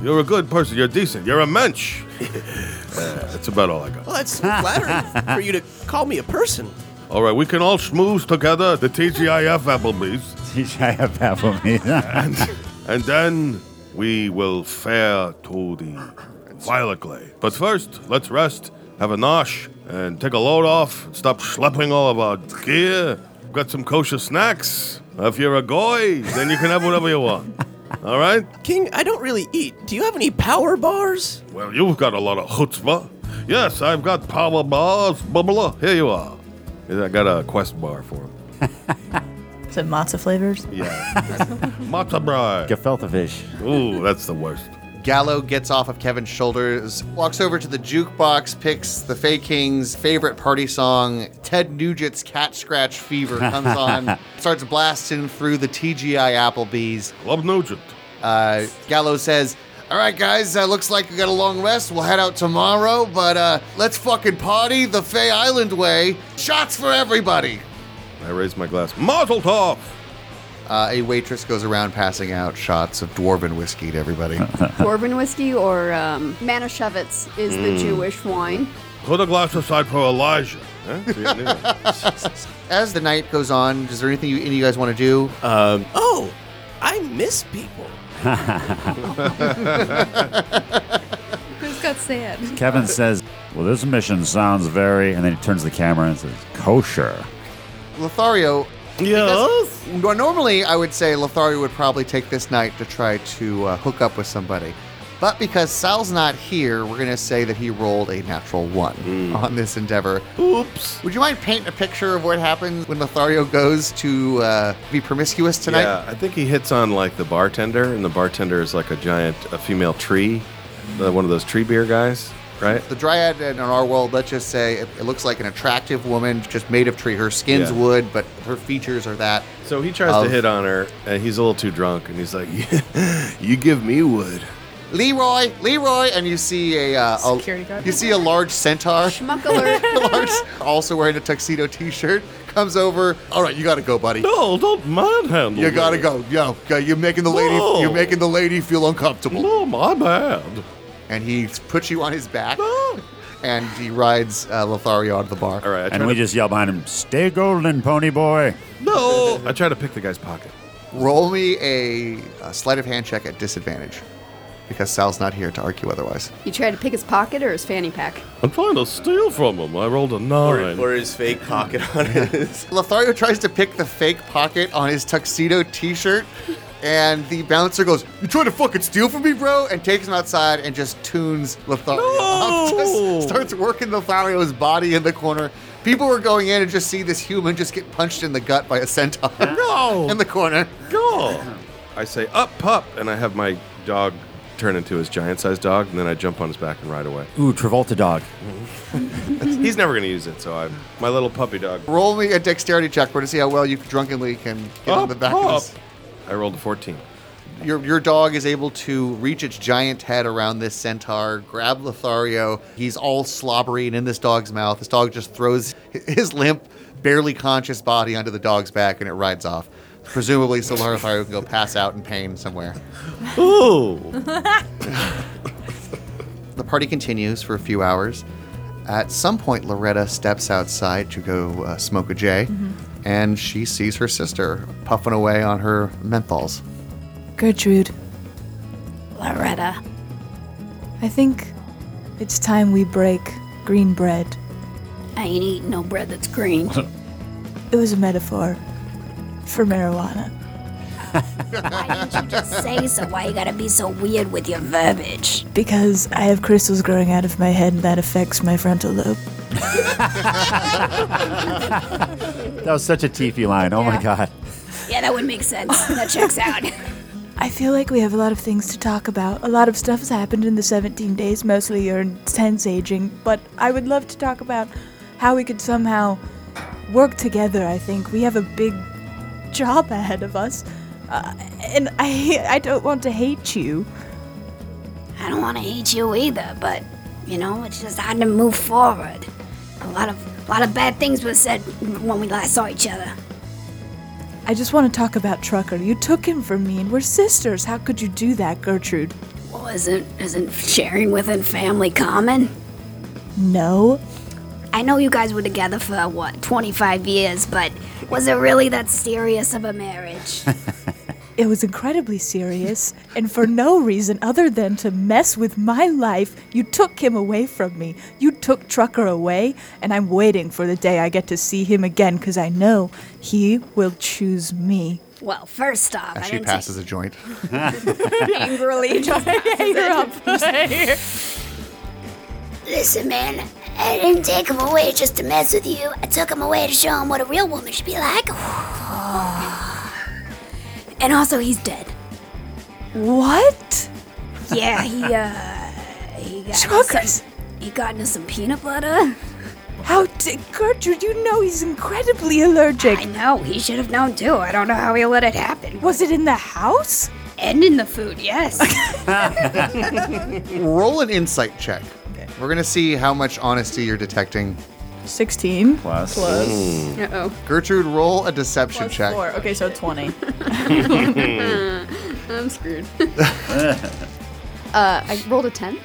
you're a good person. You're decent. You're a mensch. Uh, that's about all I got.
Well, that's flattering for you to call me a person.
All right, we can all schmooze together at the TGIF Applebee's.
TGIF Applebee's.
and then we will fare to the Violet Glade. But first, let's rest, have a nosh, and take a load off, and stop schlepping all of our gear. Got some kosher snacks. If you're a goy, then you can have whatever you want. All right?
King, I don't really eat. Do you have any power bars?
Well, you've got a lot of chutzpah. Yes, I've got power bars. Blah, blah, blah. Here you are. I got a quest bar for him.
Is it matzo flavors?
Yeah. Matzo brai.
Gefilte fish.
Ooh, that's the worst.
Gallo gets off of Kevin's shoulders, walks over to the jukebox, picks the Fae King's favorite party song, Ted Nugent's Cat Scratch Fever, comes on, starts blasting through the TGI Applebee's.
Club Nugent.
Uh, Gallo says,
All right, guys. Uh, looks like we got a long rest. We'll head out tomorrow, but uh, let's fucking party the Fay Island way. Shots for everybody.
I raised my glass. Mazel tov!
uh, a waitress goes around passing out shots of dwarven whiskey to everybody.
Bourbon whiskey or um, Manischewitz is the
Mm.
Jewish wine.
Put a glass aside for Elijah. Eh? See you later.
As the night goes on, is there anything you, any you guys want to do?
Um,
Oh, I miss people.
Who's just got sad.
Kevin says, Well, this mission sounds very. And then he turns to the camera and says, Kosher.
Lothario. Yes. Normally, I would say Lothario would probably take this night to try to uh, hook up with somebody. But because Sal's not here, we're going to say that he rolled a natural one on this endeavor. Oops. Would you mind painting a picture of what happens when Lothario goes to uh, be promiscuous tonight?
Yeah, I think he hits on like the bartender, and the bartender is like a giant, a female tree, uh, one of those tree beer guys, right?
The dryad in our world, let's just say it, it looks like an attractive woman, just made of tree. Her skin's
Yeah.
wood, but her features are that.
So he tries to hit on her, and he's a little too drunk, and he's like,
You give me wood. Leroy, Leroy, and you see a, uh, a
Security guard.
You see a large centaur.
Schmuck alert.
large, also wearing a tuxedo T-shirt, comes over. All right, you gotta go, buddy.
No, don't manhandle.
You gotta
me.
go. Yo, go- you're making the lady.
No.
You're making the lady feel uncomfortable.
No, my bad.
And he puts you on his back. And he rides uh, Lothario out of the bar. All
right,
And we just yell behind him, Stay golden, pony boy.
No. I try to pick the guy's pocket.
Roll me a, a sleight of hand check at disadvantage, because Sal's not here to argue otherwise.
You tried to pick his pocket or his fanny pack?
I'm trying to steal from him. I rolled a nine.
Or his fake pocket on his.
Lothario tries to pick the fake pocket on his tuxedo T-shirt, and the bouncer goes, "You trying to fucking steal from me, bro?" and takes him outside and just tunes Lothario. up, just starts working Lothario's body in the corner. People were going in and just see this human just get punched in the gut by a centaur. No, in the corner.
Go. I say up, pup, and I have my dog turn into his giant-sized dog, and then I jump on his back and ride away.
Ooh, Travolta dog.
He's never gonna use it, so I'm my little puppy dog.
Roll me a dexterity check for to see how well you drunkenly can get on the back of this.
I rolled a 14.
Your, your dog is able to reach its giant head around this centaur, grab Lothario. He's all slobbery and in this dog's mouth. This dog just throws hi- his limp, barely conscious body onto the dog's back and it rides off. Presumably, so Lothario can go pass out in pain somewhere.
Ooh.
The party continues for a few hours. At some point, Loretta steps outside to go uh, smoke a J,
Mm-hmm.
and she sees her sister puffing away on her menthols.
Gertrude,
Loretta.
I think it's time we break green bread.
I ain't eating no bread that's green.
It was a metaphor for marijuana.
Why did you just say so? Why you gotta be so weird with your verbiage?
Because I have crystals growing out of my head and that affects my frontal lobe.
That was such a teefy line. Oh my God.
Yeah, that would make sense. That checks out.
I feel like we have a lot of things to talk about. A lot of stuff has happened in the 17 days, mostly your intense aging, but I would love to talk about how we could somehow work together. I think we have a big job ahead of us. Uh, and I, I don't want to hate you.
I don't want to hate you either, but you know, it's just hard to move forward. A lot of a lot of bad things were said when we last saw each other.
I just want to talk about Trucker. You took him from me, and we're sisters. How could you do that, Gertrude?
Well, isn't isn't sharing within family common?
No.
I know you guys were together for what 25 years, but was it really that serious of a marriage?
It was incredibly serious, and for no reason other than to mess with my life, you took him away from me. You took Trucker away, and I'm waiting for the day I get to see him again because I know he will choose me.
Well, first off,
As
I
she
didn't
passes a joint.
angrily just passes it.
Listen, man, I didn't take him away just to mess with you. I took him away to show him what a real woman should be like.
Oh.
And also, he's dead.
What?
Yeah, he uh, he got into
Truckers!
some, he got into some peanut butter.
How did Gertrude? You know he's incredibly allergic.
I know. He should have known too. I don't know how he let it happen.
Was it in the house?
And in the food, yes.
Roll an insight check. We're gonna see how much honesty you're detecting.
16.
Plus.
Plus.
Mm.
Uh oh.
Gertrude, roll a deception check.
Okay, so 20.
I'm screwed. uh, I rolled a 10.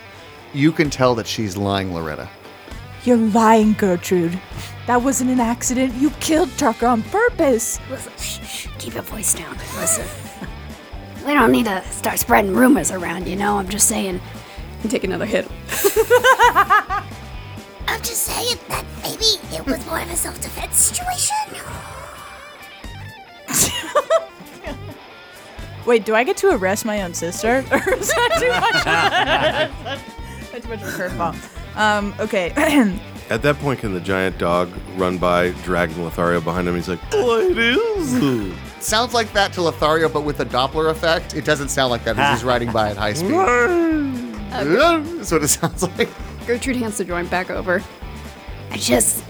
You can tell that she's lying, Loretta.
You're lying, Gertrude. That wasn't an accident. You killed Trucker on purpose.
Listen, keep your voice down. Listen, we don't need to start spreading rumors around. You know, I'm just saying.
and take another hit.
I'm just saying that maybe it was more of a self defense situation.
Wait, do I get to arrest my own sister? Or is that too much? That's too much of a curveball. Um, okay.
At that point, can the giant dog run by, dragging Lothario behind him? He's like, ladies.
Sounds like that to Lothario, but with a Doppler effect. It doesn't sound like that because he's riding by at high speed. That's what it sounds like.
Gertrude hands the joint back over.
I just.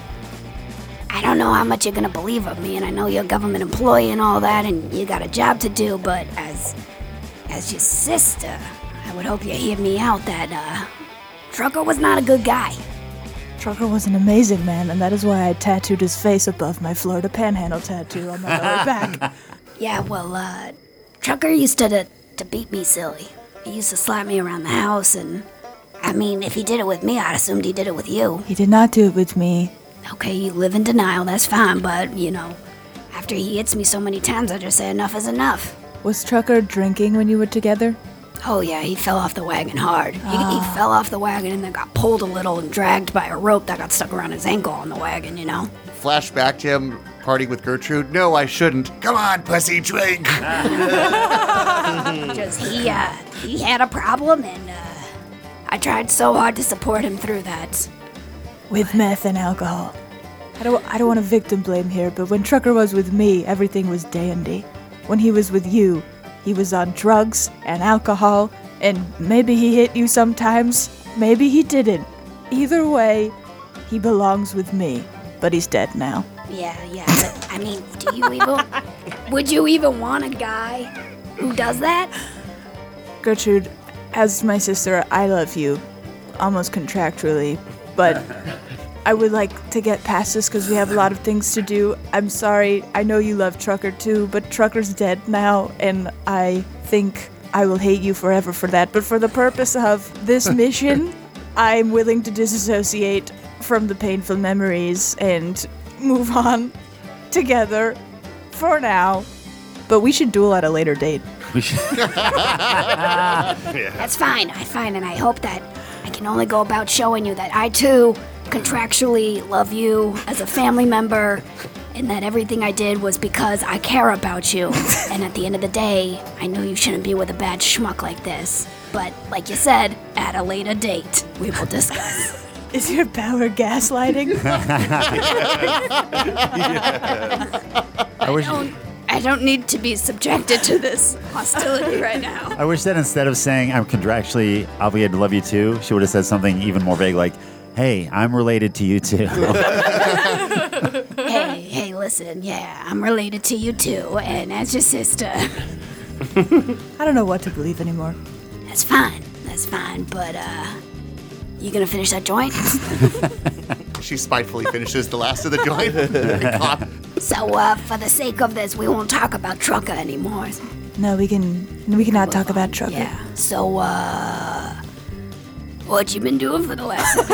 I don't know how much you're gonna believe of me, and I know you're a government employee and all that, and you got a job to do, but as. as your sister, I would hope you hear me out that, uh. Trucker was not a good guy.
Trucker was an amazing man, and that is why I tattooed his face above my Florida Panhandle tattoo on my lower back.
Yeah, well, uh. Trucker used to, to, to beat me silly. He used to slap me around the house, and. I mean, if he did it with me, I assumed he did it with you.
He did not do it with me.
Okay, you live in denial, that's fine, but, you know, after he hits me so many times, I just say enough is enough.
Was Trucker drinking when you were together?
Oh, yeah, he fell off the wagon hard. He, he fell off the wagon and then got pulled a little and dragged by a rope that got stuck around his ankle on the wagon, you know?
Flashback to him partying with Gertrude. No, I shouldn't. Come on, pussy, drink.
Because he, uh, he had a problem and, uh, I tried so hard to support him through that.
With meth and alcohol. I don't, I don't want to victim blame here, but when Trucker was with me, everything was dandy. When he was with you, he was on drugs and alcohol, and maybe he hit you sometimes, maybe he didn't. Either way, he belongs with me, but he's dead now.
Yeah, yeah, but I mean, do you even. would you even want a guy who does that?
Gertrude, as my sister, I love you, almost contractually, but I would like to get past this because we have a lot of things to do. I'm sorry, I know you love Trucker too, but Trucker's dead now, and I think I will hate you forever for that. But for the purpose of this mission, I'm willing to disassociate from the painful memories and move on together for now. But we should duel at a later date.
We should-
That's fine, I fine, and I hope that I can only go about showing you that I too contractually love you as a family member, and that everything I did was because I care about you. and at the end of the day, I know you shouldn't be with a bad schmuck like this. But like you said, at a later date, we will discuss.
Is your power gaslighting?
I wish.
I don't need to be subjected to this hostility right now.
I wish that instead of saying I'm contractually obligated to love you too, she would have said something even more vague like, "Hey, I'm related to you too."
hey, hey, listen, yeah, I'm related to you too, and as your sister,
I don't know what to believe anymore.
that's fine, that's fine, but, uh, you gonna finish that joint?
She spitefully finishes the last of the joint. and cop-
so, uh, for the sake of this, we won't talk about Trucker anymore.
No, we can we cannot talk about Trucker.
Yeah. So, uh, what you been doing for the last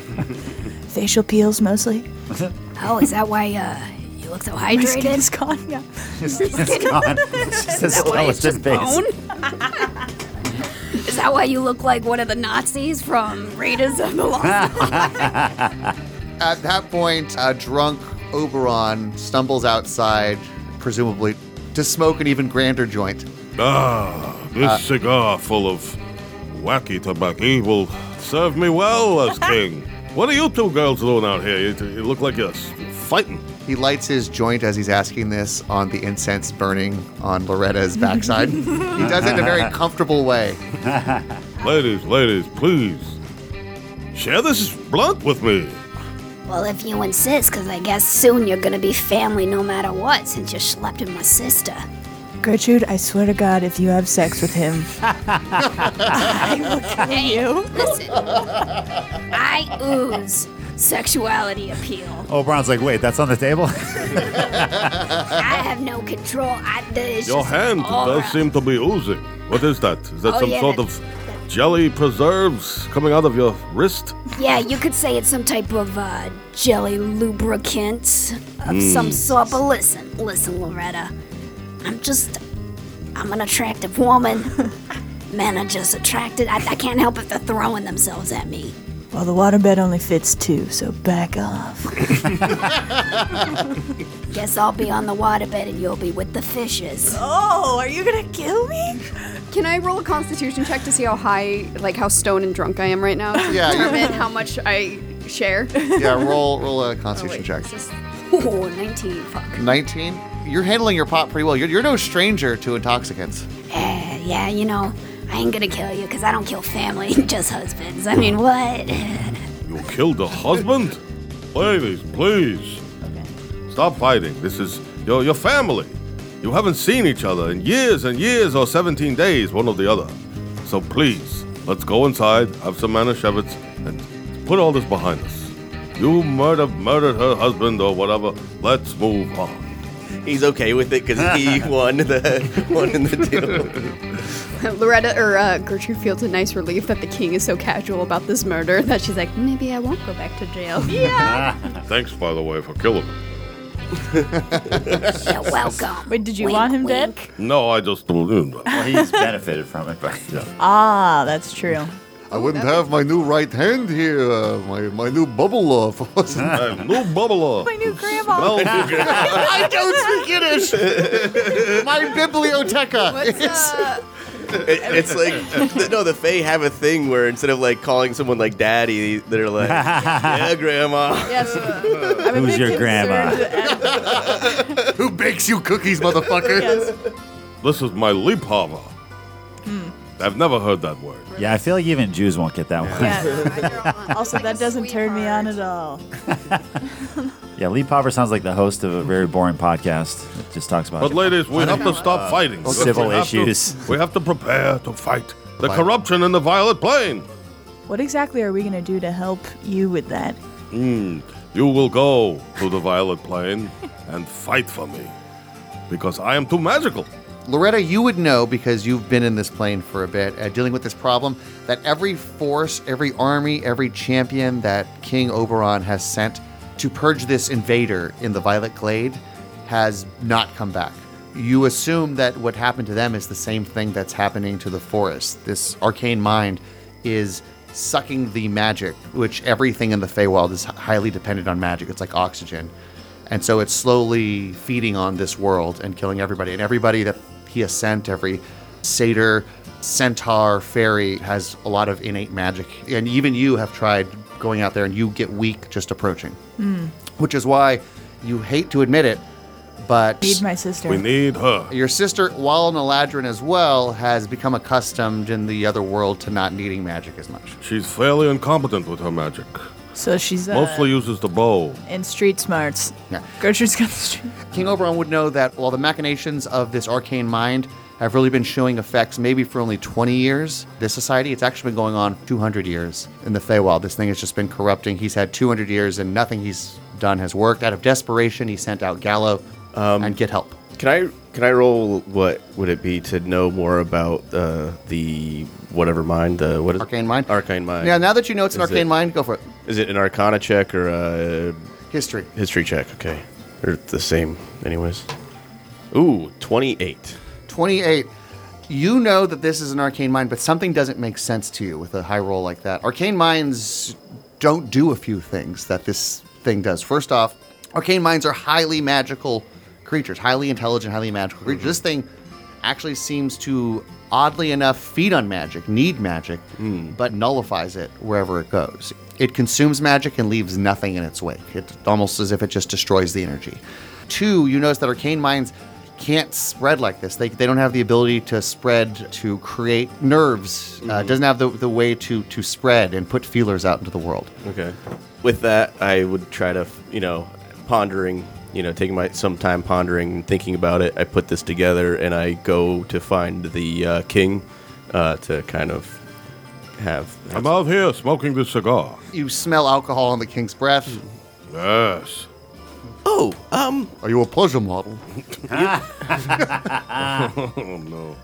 17 days?
Facial peels mostly.
Oh, is that why, uh, you look so
My
hydrated?
skin is gone, yeah.
It's gone. It's just a
Is that why it's
skeleton face.
Is that why you look like one of the Nazis from Raiders of the Lost?
At that point, a drunk Oberon stumbles outside, presumably to smoke an even grander joint.
Ah, this
Uh,
cigar full of wacky tobacco will serve me well as king. What are you two girls doing out here? You, you look like you're s- fighting.
He lights his joint as he's asking this on the incense burning on Loretta's backside. he does it in a very comfortable way.
Ladies, ladies, please share this blunt with me.
well, if you insist, because I guess soon you're gonna be family no matter what, since you slept with my sister.
Gertrude, I swear to God, if you have sex with him,
hey, you. Listen, I ooze sexuality appeal.
Oh,
O'Brien's like, "Wait, that's on the table."
I have no control. I, it's
Your
just an
hand
aura.
does seem to be oozing. What is that? Is that
Oh,
some
yeah,
sort of jelly preserves coming out of your wrist?
Yeah, you could say it's some type of uh, jelly lubricant of
Mm.
some sort. But listen, listen, Loretta, I'm just, I'm an attractive woman.
men are just attracted. I, I can't help if they're throwing themselves at me.
Well, the waterbed only fits two, so back off.
Guess I'll be on the waterbed and you'll be with the fishes.
Oh,
are you gonna kill me?
Can I roll a constitution check to see how high, like how stoned and drunk I am right now? to
Yeah, you-
Determine how much I share.
yeah, roll roll a constitution
Oh, wait,
check.
this is- Ooh, 19. Fuck.
19. You're handling your pot pretty well. You're, you're no stranger to intoxicants.
Yeah, yeah, you know, I ain't gonna kill you because I don't kill family, just husbands. I mean, what?
You killed a husband? Ladies, please. Stop fighting. This is your, your family. You haven't seen each other in years and years or 17 days, one or the other. So please, let's go inside, have some manischewitz, and put all this behind us. You murder, murdered her husband or whatever. Let's move on.
He's okay with it because he won the won in the deal.
Loretta or uh, Gertrude feels a nice relief that the king is so casual about this murder that she's like, maybe I won't go back to jail. Yeah.
Thanks, by the way, for killing me.
You're welcome.
Wait, did you want him dead?
No, I just. Well,
he's
benefited from it, but
Ah, that's true.
I wouldn't have my new right hand here, uh, my, my new bubble law. my
new bubble law.
My new grandma.
I don't speak Yiddish. My biblioteca. is-
It, it's like the- no, the Fae have a thing where instead of like calling someone like daddy, they're like, yeah, grandma.
Yes. I'm
Who's your grandma?
Who bakes you cookies, motherfucker?
This is my leapava.
Hmm.
I've never heard that word.
Yeah, I feel like even Jews won't get that one.
Yeah. also, that doesn't turn me on at all.
yeah, Lee Popper sounds like the host of a very boring podcast. It just talks about
But ladies, we have to
Uh,
stop fighting. because
uh, civil
we have to-
issues.
we have to prepare to fight the
Fight.
corruption in the Violet Plane.
What exactly are we going to do to help you with that?
Mm, you will go to the Violet Plane and fight for me, because I am too magical.
Loretta, you would know because you've been in this plane for a bit, uh, dealing with this problem, that every force, every army, every champion that King Oberon has sent to purge this invader in the Violet Glade has not come back. You assume that what happened to them is the same thing that's happening to the forest. This arcane mind is sucking the magic, which everything in the Feywild is h- highly dependent on magic. It's like oxygen. And so it's slowly feeding on this world and killing everybody. And everybody that he has sent, every satyr, centaur, fairy, has a lot of innate magic. And even you have tried going out there and you get weak just approaching,
Hmm.
which is why you hate to admit it, but.
Need my sister. We
need her.
Your sister, while an Eladrin as well, has become accustomed in the other world to not needing magic as much.
She's fairly incompetent with her magic.
So she's uh,
Mostly uses the bow.
in street smarts.
Yeah.
Gertrude's got the street.
King Oberon would know that while the machinations of this arcane mind have really been showing effects maybe for only 20 years, this society, it's actually been going on 200 years in the Feywild. This thing has just been corrupting. He's had 200 years and nothing he's done has worked. Out of desperation, he sent out Gallo and get help.
Um, Can I can I roll? What would it be to know more about uh, the whatever mind? The what is
arcane mind?
Arcane mind.
Yeah, now that you know it's an
Is
arcane
it-
mind, go for it.
Is it an Arcana check or a
History?
History check. Okay, they're the same, anyways. Ooh, twenty-eight.
28. You know that this is an arcane mind, but something doesn't make sense to you with a high roll like that. Arcane minds don't do a few things that this thing does. First off, arcane minds are highly magical creatures, highly intelligent, highly magical
Mm-hmm.
creatures. This thing actually seems to, oddly enough, feed on magic, need magic, but nullifies it wherever it goes. It consumes magic and leaves nothing in its wake. It's almost as if it just destroys the energy. Two, you notice that arcane minds can't spread like this. They, they don't have the ability to spread to create nerves. Uh, it doesn't have the, the way to to spread and put feelers out into the world.
Okay. With that, I would try to, you know, pondering, you know, taking my some time pondering and thinking about it. I put this together and I go to find the uh, king uh, to kind of have.
I'm out here smoking this cigar.
You smell alcohol on the king's breath.
Yes.
Oh, um.
Are you a pleasure model?
oh no.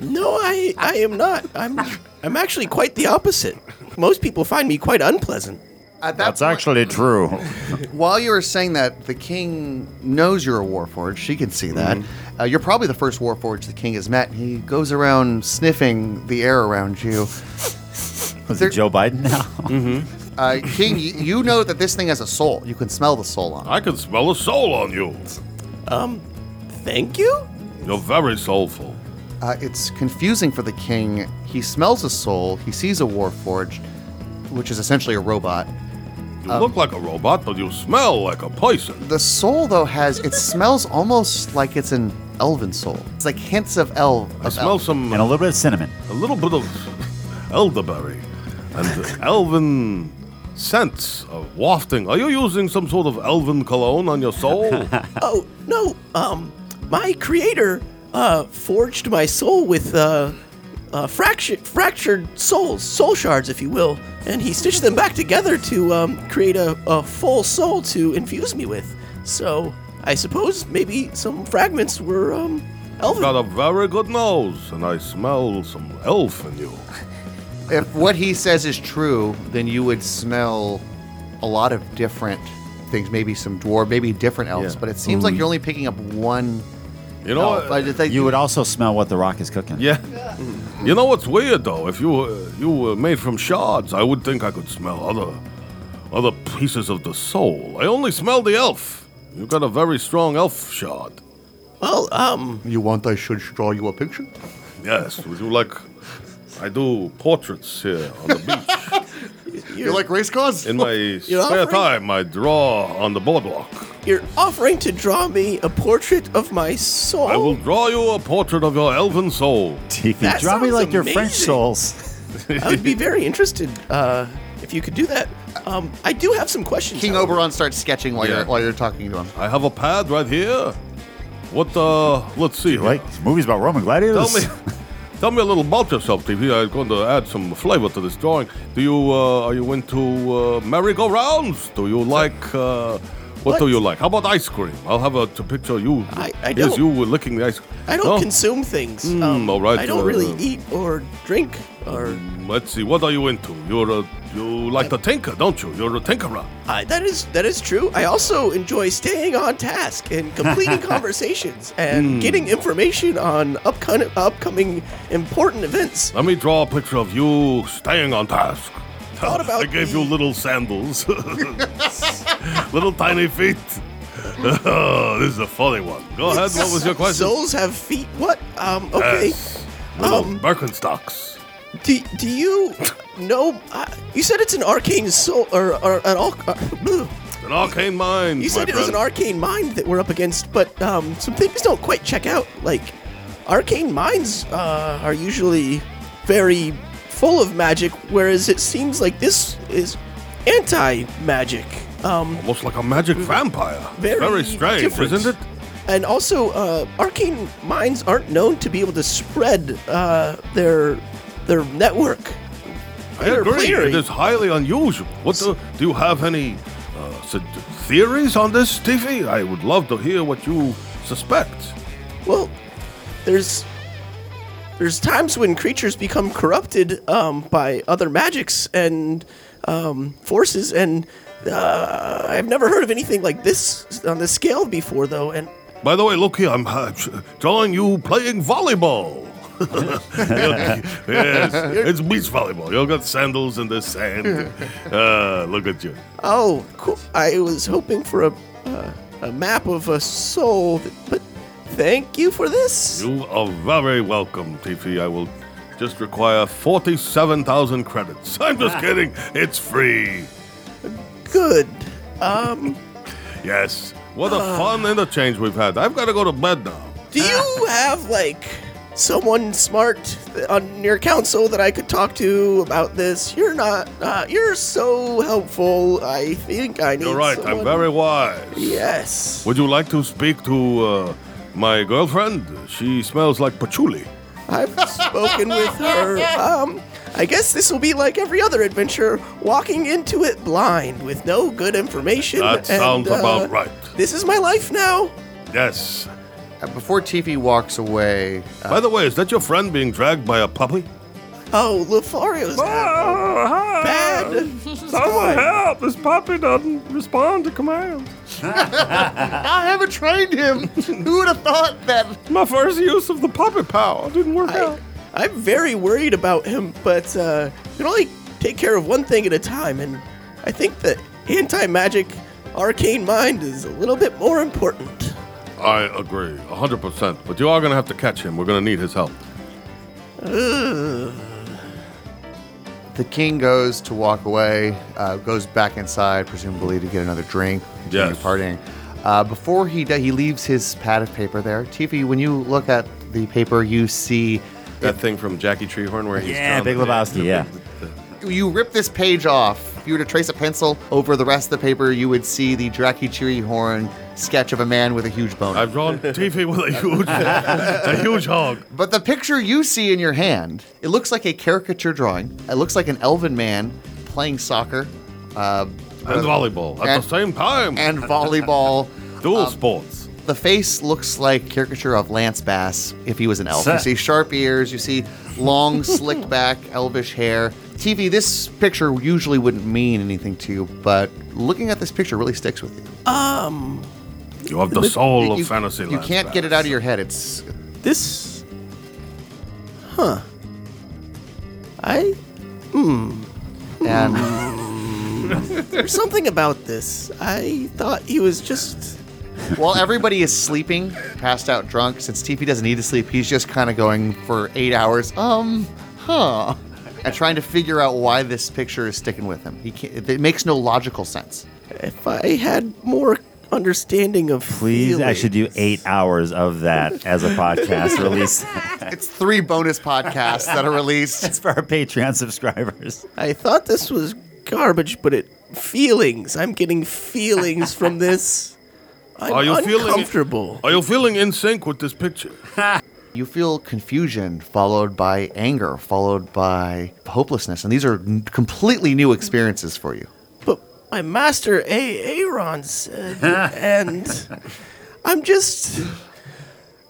No, I I am not. I'm I'm actually quite the opposite. Most people find me quite unpleasant.
At that
That's actually true.
While you were saying that, the king knows you're a warforged. She can see that.
Mm-hmm.
Uh, you're probably the first warforged the king has met. He goes around sniffing the air around you.
Was it Joe Biden now?
mm-hmm. uh, king, you, you know that this thing has a soul. You can smell the soul on it.
I can smell a soul on you.
Um, thank you?
You're very soulful.
Uh, it's confusing for the king. He smells a soul. He sees a warforged, which is essentially a robot. Um,
You look like a robot, but you smell like a poison.
The soul, though, has it smells almost like it's an elven soul. It's like hints of elf.
I smell some.
And a little bit of cinnamon.
A little bit of elderberry and elven scents of wafting. Are you using some sort of elven cologne on your soul?
oh, no. Um, my creator uh, forged my soul with uh, uh, fractured, fractured souls, soul shards, if you will, and he stitched them back together to um, create a, a full soul to infuse me with. So I suppose maybe some fragments were um, elven.
Got a very good nose, and I smell some elf in you.
If what he says is true, then you would smell a lot of different things. Maybe some dwarf, maybe different elves.
Yeah.
But it seems
Mhm.
like
Mm-hmm.
you're only picking up one.
You know
elf. I just think
you would also smell what the rock is cooking.
Yeah. You know what's weird though? If you were, you were made from shards, I would think I could smell other other pieces of the soul. I only smell the elf. You've got a very strong elf shard.
Well,
uh,
um.
You want I should draw you a picture?
Yes. Would you like? I do portraits here on the beach.
You like race cars?
In my spare
offering-
time, I draw on the boardwalk.
You're offering to draw me a portrait of my soul?
I will draw you a portrait of your elven soul.
That draw me sounds like your French amazing.
souls.
I would be very interested uh, if you could do that. Um, I do have some questions.
King
however.
Oberon starts sketching while you're
Yeah.
while you're talking to him.
I have a pad right here. What uh let's see. Like
movies about Roman gladiators?
Tell me Tell me a little about yourself, TV. I'm going to add some flavor to this drawing. Do you uh, are you into uh, merry-go-rounds? Do you like uh, what, do
What?
you like? How about ice cream? I'll have a to picture you.
I- I
Here's
don't-
you licking the ice. cream.
I don't consume things.
Mm,
um,
all right,
I don't really
uh, mm,
eat or drink or.
Let's see. What are you into? You're a you like to tinker, don't you? You're a tinkerer.
I, that is that is true. I also enjoy staying on task and completing conversations and
Mm.
getting information on upcoming upcoming important events.
Let me draw a picture of you staying on task.
Thought about
I gave you little sandals, little tiny feet. this is a funny one. Go ahead. What was your question?
Souls have feet. What? Um. Okay.
Yes. Little
Um,
Birkenstocks.
Do, do you know? Uh, you said it's an arcane soul or, or an all. Uh,
An arcane mind.
You said
my
it was an
friend.
arcane mind that we're up against, but um, some things don't quite check out. Like, arcane minds uh, are usually very full of magic, whereas it seems like this is anti-magic. Um,
Almost like a magic vampire.
Very,
Very strange,
different.
isn't it?
And also, uh, arcane minds aren't known to be able to spread uh, their their network.
I agree. It is highly unusual. What the, do you have any uh, su- theories on this, Stevie? I would love to hear what you suspect.
Well, there's there's times when creatures become corrupted um, by other magics and um, forces, and uh, I've never heard of anything like this on this scale before, though. And
By the way, look here. I'm uh, drawing you playing volleyball. yes, it's beach volleyball. You've got sandals in the sand. Uh, look at you.
oh, cool! I was hoping for a uh, a map of a soul, that- but thank you for this.
You are very welcome, Tiffy. I will just require 47,000 credits. I'm just kidding. It's free.
Good. Um,
Yes. What a fun interchange we've had. I've got to go to bed now.
do
Ah.
you have like? Someone smart on your council that I could talk to about this. You're not. Uh, you're so helpful. I think I need.
You're right. I'm
someone-
very wise.
Yes.
Would you like to speak to uh, my girlfriend? She smells like patchouli.
I've spoken with her. Um, I guess this will be like every other adventure, walking into it blind with no good information. uh,
That sounds about right.
This is my life now.
Yes.
Uh, Before TV walks away.
By the way, is that your friend being dragged by a puppy? ah.
Oh, Lothario's bad
Someone help! This puppy doesn't respond to commands.
I haven't trained him. Who would have thought that?
My first use of the puppet power didn't work out.
I'm very worried about him, but uh, you can only take care of one thing at a time, and I think that anti magic arcane mind is a little bit more important.
I agree, 100%. But you are going to have to catch him. We're going to need his help.
Ugh.
The king goes to walk away, uh, goes back inside, presumably to get another drink, continue
Yes.
partying. Uh, before he do- he leaves his pad of paper there. Tiffy, when you look at the paper, you see
That thing from Jackie Treehorn where he's
Yeah,
drawn
Big
the-
Lebowski,
the-
yeah. you rip this page off. If you were to trace a pencil over the rest of the paper, you would see the Draki Horn sketch of a man with a huge bone.
I've drawn Tiffy with a huge, a huge hog.
But the picture you see in your hand, it looks like a caricature drawing. It looks like an elven man playing soccer. Uh,
And volleyball at the
same time. And volleyball. um,
Dual sports.
The face looks like caricature of Lance Bass if he was an elf. You see sharp ears, you see long, slicked back, elvish hair. TV, this picture usually wouldn't mean anything to you, but looking at this picture really sticks with you.
Um,
You have the soul of fantasy.
You can't get it out of your head. It's
this. Huh. I. Hmm.
And-
Hmm. There's something about this. I thought he was just.
While everybody is sleeping, passed out drunk, since TP doesn't need to sleep, he's just kind of going for eight hours, um, huh, and trying to figure out why this picture is sticking with him. He can't, it makes no logical sense.
If I had more understanding of.
Please actually do eight hours of that as a podcast release.
It's three bonus podcasts that are released.
That's for our Patreon subscribers.
I thought this was garbage, but it feelings. I'm getting feelings from this. I'm
Are you feeling-
uncomfortable.
Are you feeling in sync with this picture?
You feel confusion, followed by anger, followed by hopelessness, and these are n- completely new experiences for you.
My master A. Aaron said, and I'm just.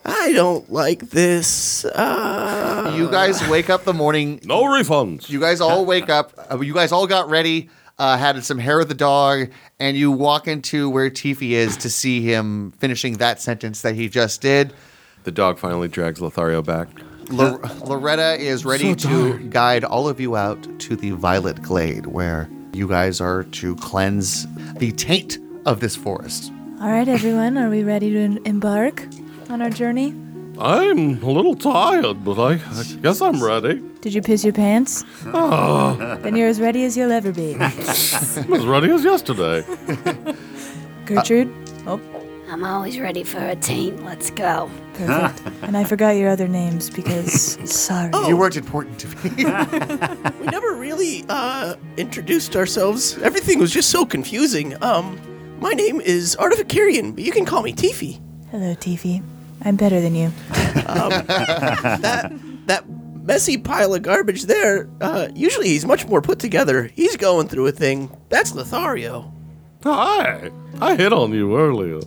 I don't like this. Uh,
you guys wake up the morning.
No refunds.
You guys all wake up. uh, You guys all got ready, uh, had some hair of the dog, and you walk into where Tiffy is to see him finishing that sentence that he just did.
The dog finally drags Lothario back.
Lo- Loretta is ready
So
to guide all of you out to the Violet Glade, where you guys are to cleanse the taint of this forest.
All right, everyone, are we ready to em- embark on our journey?
I'm a little tired, but I, I guess I'm ready.
Did you piss your pants?
Oh.
Then you're as ready as you'll ever be.
I'm as ready as yesterday.
Gertrude? oh.
I'm always ready for a taint. Let's go.
Perfect. and I forgot your other names because sorry.
You weren't important to me.
we never really uh, introduced ourselves. Everything was just so confusing. Um, my name is Artificarian, but you can call me Tifi.
Hello, Tiffy. I'm better than you.
Um, that that messy pile of garbage there. Uh, usually he's much more put together. He's going through a thing. That's Lothario.
Hi. Oh, I hit on you earlier.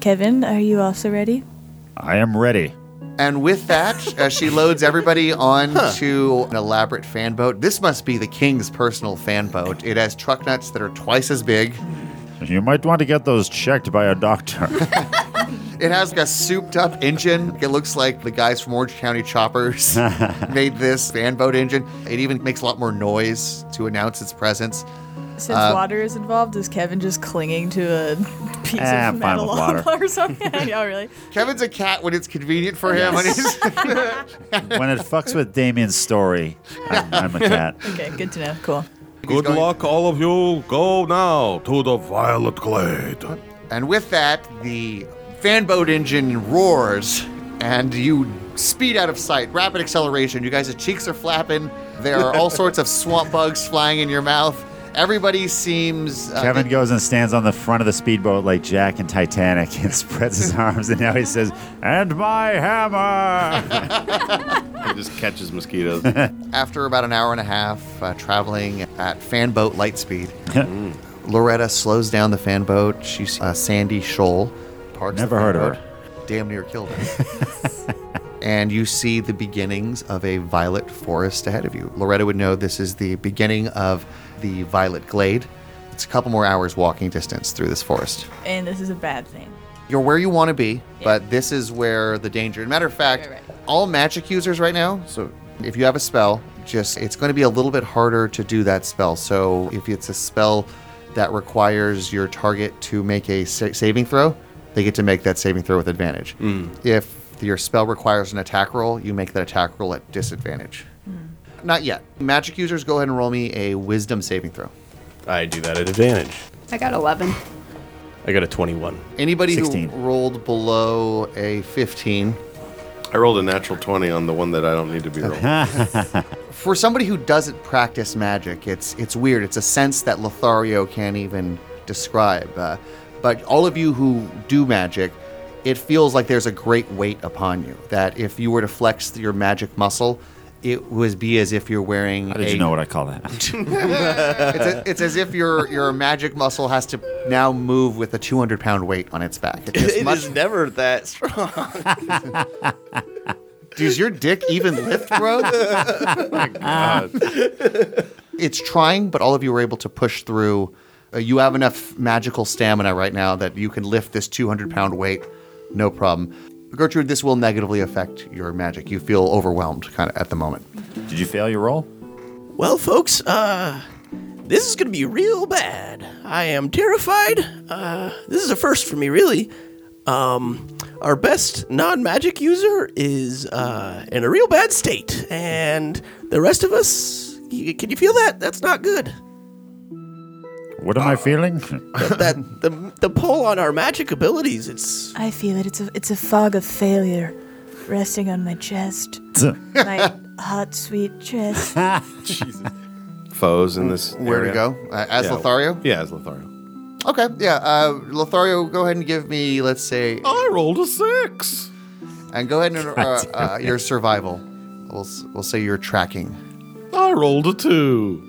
Kevin, are you also ready?
I am ready.
And with that, uh, she loads everybody onto an elaborate fan boat. This must be the king's personal fan boat. It has truck nuts that are twice as big.
You might want to get those checked by a doctor.
It has like a souped up engine. It looks like the guys from Orange County Choppers made this fan boat engine. It even makes a lot more noise to announce its presence.
Since
Uh,
water is involved, is Kevin just clinging to a piece
Eh, I'm
of
fine
metal
with water.
or something? yeah, really.
Kevin's a cat when it's convenient for him. When he's
when it fucks with Damien's story, I'm, I'm a cat.
Okay, good to know. Cool.
Good luck, all of you. Go now to the Violet Glade.
And with that, the fanboat engine roars, and you speed out of sight. Rapid acceleration. You guys' cheeks are flapping. There are all sorts of swamp bugs flying in your mouth. Everybody seems. uh,
Kevin goes and stands on the front of the speedboat like Jack in Titanic and spreads his arms, and now he says, And my hammer!
He just catches mosquitoes.
After about an hour and a half uh, traveling at fanboat light speed,
Mm.
Loretta slows down the fanboat. She's uh, Sandy Shoal. Parks
Never heard of
her. Damn near killed her. and you see the beginnings of a violet forest ahead of you. Loretta would know this is the beginning of the violet glade. It's a couple more hours walking distance through this forest.
And this is a bad thing.
You're where you want to be, but this is where the danger. And matter of fact, all magic users right now. So if you have a spell, just it's going to be a little bit harder to do that spell. So if it's a spell that requires your target to make a sa- saving throw, they get to make that saving throw with advantage.
Mm.
If your spell requires an attack roll, you make that attack roll at disadvantage.
Hmm.
Not yet. Magic users, go ahead and roll me a wisdom saving throw.
I do that at advantage.
I got 11.
I got a 21.
Anybody
16.
who rolled below a 15.
I rolled a natural 20 on the one that I don't need to be rolled.
For somebody who doesn't practice magic, it's it's weird. It's a sense that Lothario can't even describe. Uh, but all of you who do magic, it feels like there's a great weight upon you. That if you were to flex your magic muscle, it would be as if you're wearing.
How did you know what I call that?
it's, a, it's as if your your magic muscle has to now move with a 200 pound weight on its back. It gets
It
much
is never that strong.
Does your dick even lift, bro?
My God.
It's trying, but all of you were able to push through. Uh, you have enough magical stamina right now that you can lift this 200 pound weight, no problem. Gertrude, this will negatively affect your magic. You feel overwhelmed kind of at the moment.
Did you fail your roll?
Well, folks, uh, this is going to be real bad. I am terrified. Uh, this is a first for me, really. Um, our best non magic user is uh, in a real bad state, and the rest of us, y- can you feel that? That's not good. Uh,
What am I feeling?
That, that the, the pull on our magic abilities, it's
I feel it. It's a it's a fog of failure, resting on my chest, my hot sweet chest.
Foes in this.
Where to
area.
go? Uh, as
Yeah.
Lothario?
Yeah, as Lothario.
Okay, yeah. Uh, Lothario, go ahead and give me, let's say.
I rolled a six.
And go ahead and uh,
God damn
uh,
it.
your survival. We'll, s- we'll say your tracking.
I rolled a two.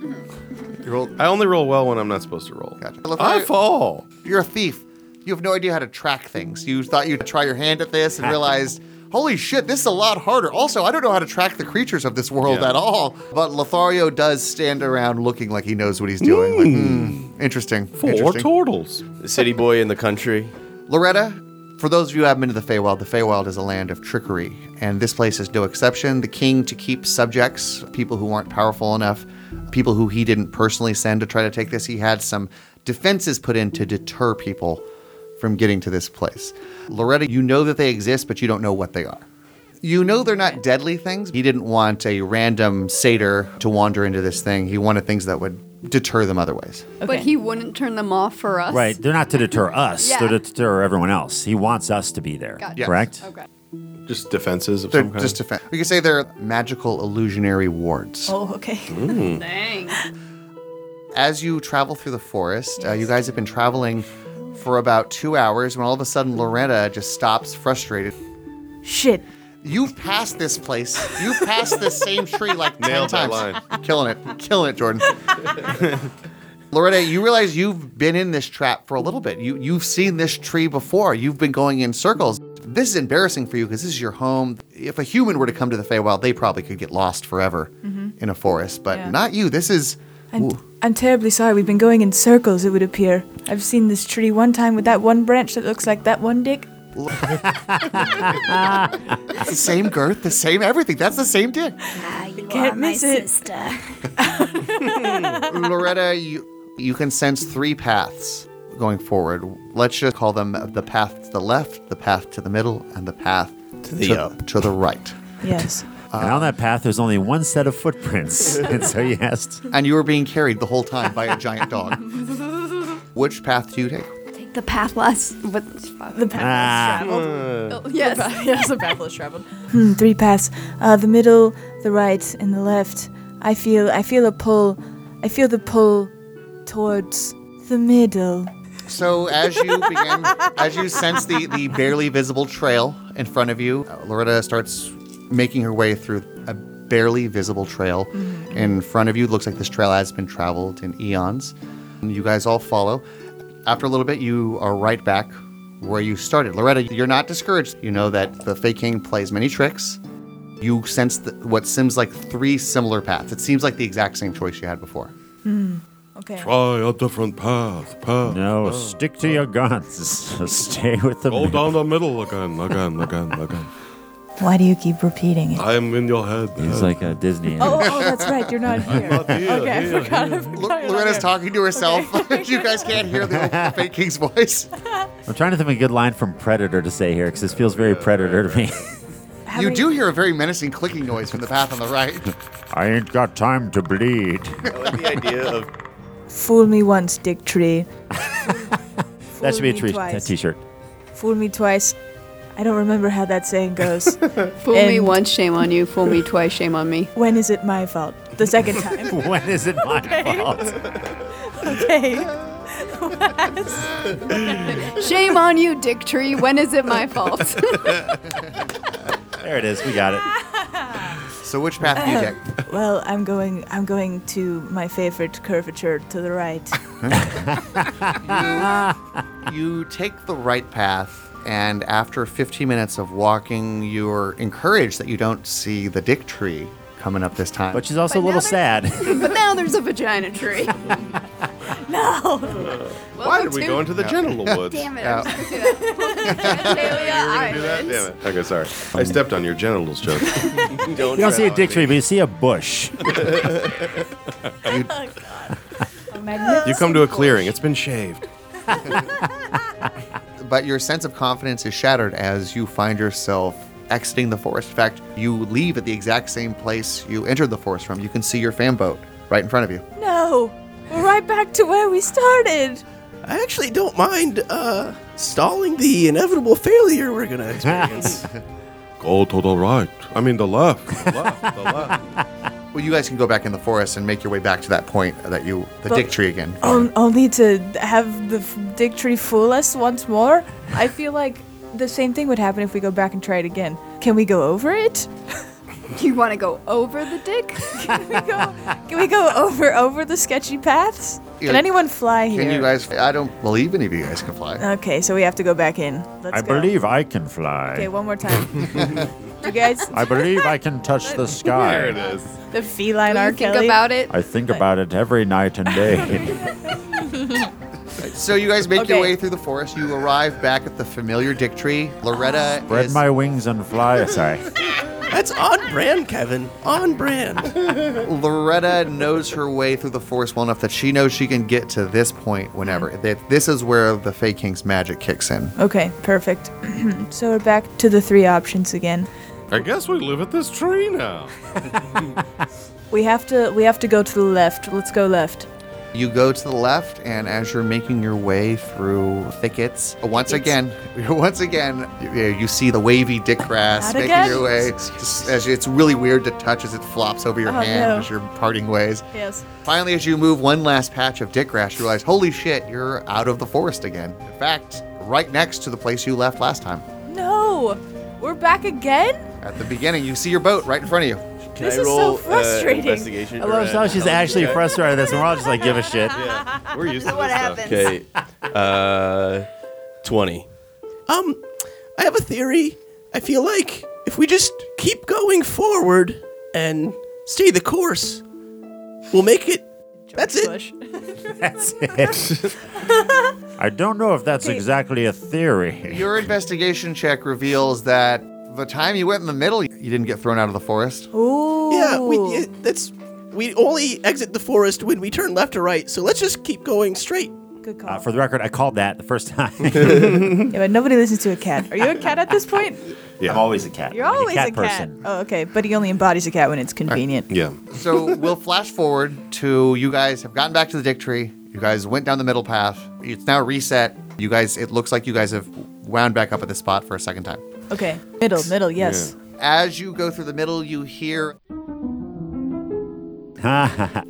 You rolled-
I only roll well when I'm not supposed to roll.
Lothario-
I fall.
You're a thief. You have no idea how to track things. You thought you'd try your hand at this and realized, holy shit, this is a lot harder. Also, I don't know how to track the creatures of this world
Yeah.
at all. But Lothario does stand around looking like he knows what he's doing. Like, "Hmm, interesting.
Four
interesting."
turtles.
The city boy in the country.
Loretta, for those of you who haven't been to the Feywild, the Feywild is a land of trickery, and this place is no exception. The king to keep subjects, people who weren't powerful enough, people who he didn't personally send to try to take this, he had some defenses put in to deter people from getting to this place. Loretta, you know that they exist, but you don't know what they are. You know they're not deadly things. He didn't want a random satyr to wander into this thing. He wanted things that would deter them otherwise.
But he wouldn't turn them off for us.
Right. They're not to deter us.
Yeah.
They're to deter everyone else. He wants us to be there.
Gotcha.
Correct?
Okay.
Just defenses of
They're
some kind.
just defen- We could say they're magical illusionary wards.
Oh, okay.
Ooh.
Dang.
As you travel through the forest, uh, you guys have been traveling for about two hours when all of a sudden Loretta just stops frustrated.
Shit.
You've passed this place. You passed this same tree like 10
Nailed that
times. Killing it. Killing it, Jordan. Loretta, you realize you've been in this trap for a little bit. You you've seen this tree before. You've been going in circles. This is embarrassing for you because this is your home. If a human were to come to the Feywild, they probably could get lost forever
Mhm.
Mm-hmm. in a forest, but
Yeah.
not you. This is
I'm,
Ooh.
I'm terribly sorry. We've been going in circles, it would appear. I've seen this tree one time with that one branch that looks like that one dick.
It's the same girth, the same everything. That's the same dick.
Ah, You
Can't
are my
miss it.
sister.
Loretta, you you can sense three paths going forward. Let's just call them the path to the left, the path to the middle, and the path to
the
up. to the right.
Yes.
and on that path, there's only one set of footprints. and so he asked.
And you were being carried the whole time by a giant dog. Which path do you take?
Take the path less. But the
path
Ah.
traveled. yes.
yes, the path less traveled. Hmm, three paths. Uh, the middle, the right, and the left. I feel I feel a pull. I feel the pull towards the middle.
So as you begin, as you sense the the barely visible trail in front of you, uh, Loretta starts making her way through a barely visible trail in front of you. Looks like this trail has been traveled in eons. You guys all follow. After a little bit, you are right back where you started. Loretta, you're not discouraged. You know that the Fey King plays many tricks. You sense th- what seems like three similar paths. It seems like the exact same choice you had before.
Hmm. Okay.
Try a different path. Path.
No,
path.
stick to your guns. Stay with the
Go down the middle again, again, again, again.
Why do you keep repeating it?
I am in your head.
He's like a Disney.
Oh, oh, that's right. You're not here.
Oh,
okay, I forgot. I forgot you're not
Loretta's
here.
talking to herself. you guys can't hear the, the fake king's voice.
I'm trying to think of a good line from Predator to say here because this feels very Predator to me.
you do hear a very menacing clicking noise from the path on the right.
I ain't got time to bleed.
the idea of
Fool me once, Dick Tree.
That should be a
me
tree-
twice.
t- t-shirt.
Fool me twice. I don't remember how that saying goes.
Fool me
And
once, shame on you. Fool me twice, shame on me.
When is it my fault? The second time.
when is it my
okay.
Shame on you, Dick Tree. When is it my fault?
There it is. We got it.
So which path do you take?
Uh, well, I'm going. I'm going to my favorite curvature to the right.
you take the right path, and after 15 minutes of walking, you're encouraged that you don't see the dick tree coming up this time. But
she's also a little sad.
but now there's a vagina tree. no.
Why did we go into the genital woods?
Damn it.
Yeah.
I'm just gonna do that. Genitalia Island.
Damn it. Okay, sorry. I stepped on your genitals, Joe.
You don't see a dick tree, but you see a bush.
you,
Oh, Magnificent.
you come to a clearing. It's been shaved.
but your sense of confidence is shattered as you find yourself exiting the forest. In fact, you leave at the exact same place you entered the forest from. You can see your fan boat right in front of you.
No, we're right back to where we started.
I actually don't mind uh, stalling the inevitable failure we're gonna experience.
Go to the right. I mean the left.
Well, you guys can go back in the forest and make your way back to that point that you, the
But-
dick tree again.
Oh,
On- only to have the f- dick tree fool us once more. I feel like the same thing would happen if we go back and try it again. Can we go over it?
You want to go over the dick?
Can we go? Can we go over over the sketchy paths? Can
Yeah.
anyone fly here?
Can you guys? I don't believe any of you guys can fly.
Okay, so we have to go back in. Let's
I
go.
believe I can fly.
Okay, one more time. you guys,
I believe I can touch the sky.
There it
is.
the feline R.
you think
Kelly.
about it?
I think about it every night and day.
So you guys make your
Okay.
way through the forest. You arrive back at the familiar dick tree. Loretta
Spread
is
my wings and fly. Sorry.
Ah, That's on brand, Kevin. On brand.
Loretta knows her way through the forest well enough that she knows she can get to this point whenever. That This is where the Fey King's magic kicks in.
Okay, perfect. so we're back to the three options again.
I guess we live at this tree now.
We have to we have to go to the left. Let's go left.
You go to the left, and as you're making your way through thickets, once again, once again, you, you see the wavy dick grass
Not
making
again.
your way. Just As you- it's really weird to touch as it flops over your
Oh,
hand
no.
as you're parting ways.
Yes.
Finally, as you move one last patch of dick grass, you realize, holy shit, you're out of the forest again. In fact, right next to the place you left last time.
No, we're back again.
At the beginning, you see your boat right in front of you.
Can This I is so roll, uh, frustrating. investigation uh,
I love how she's actually frustrated at this, and we're all just like, give a shit.
We're used to
What happens?
Okay. Uh, 20.
Um, I have a theory. I feel like if we just keep going forward and stay the course, we'll make it. That's it.
That's it. I don't know if that's exactly a theory.
Your investigation check reveals that the time you went in the middle, you didn't get thrown out of the forest.
Ooh.
Yeah, we, yeah, that's. We only exit the forest when we turn left or right, so let's just keep going straight.
Good call.
Uh, for the record, I called that the first time.
yeah, but nobody listens to a cat. Are you a cat at this point?
I'm always a cat.
You're
I'm a
always
cat
a cat.
person.
Oh, okay. But he only embodies a cat when it's convenient.
Yeah.
So we'll flash forward to you guys have gotten back to the dick tree. You guys went down the middle path. It's now reset. You guys, it looks like you guys have wound back up at the spot for a second time.
Okay. Middle, middle, yes.
As you go through the middle, you hear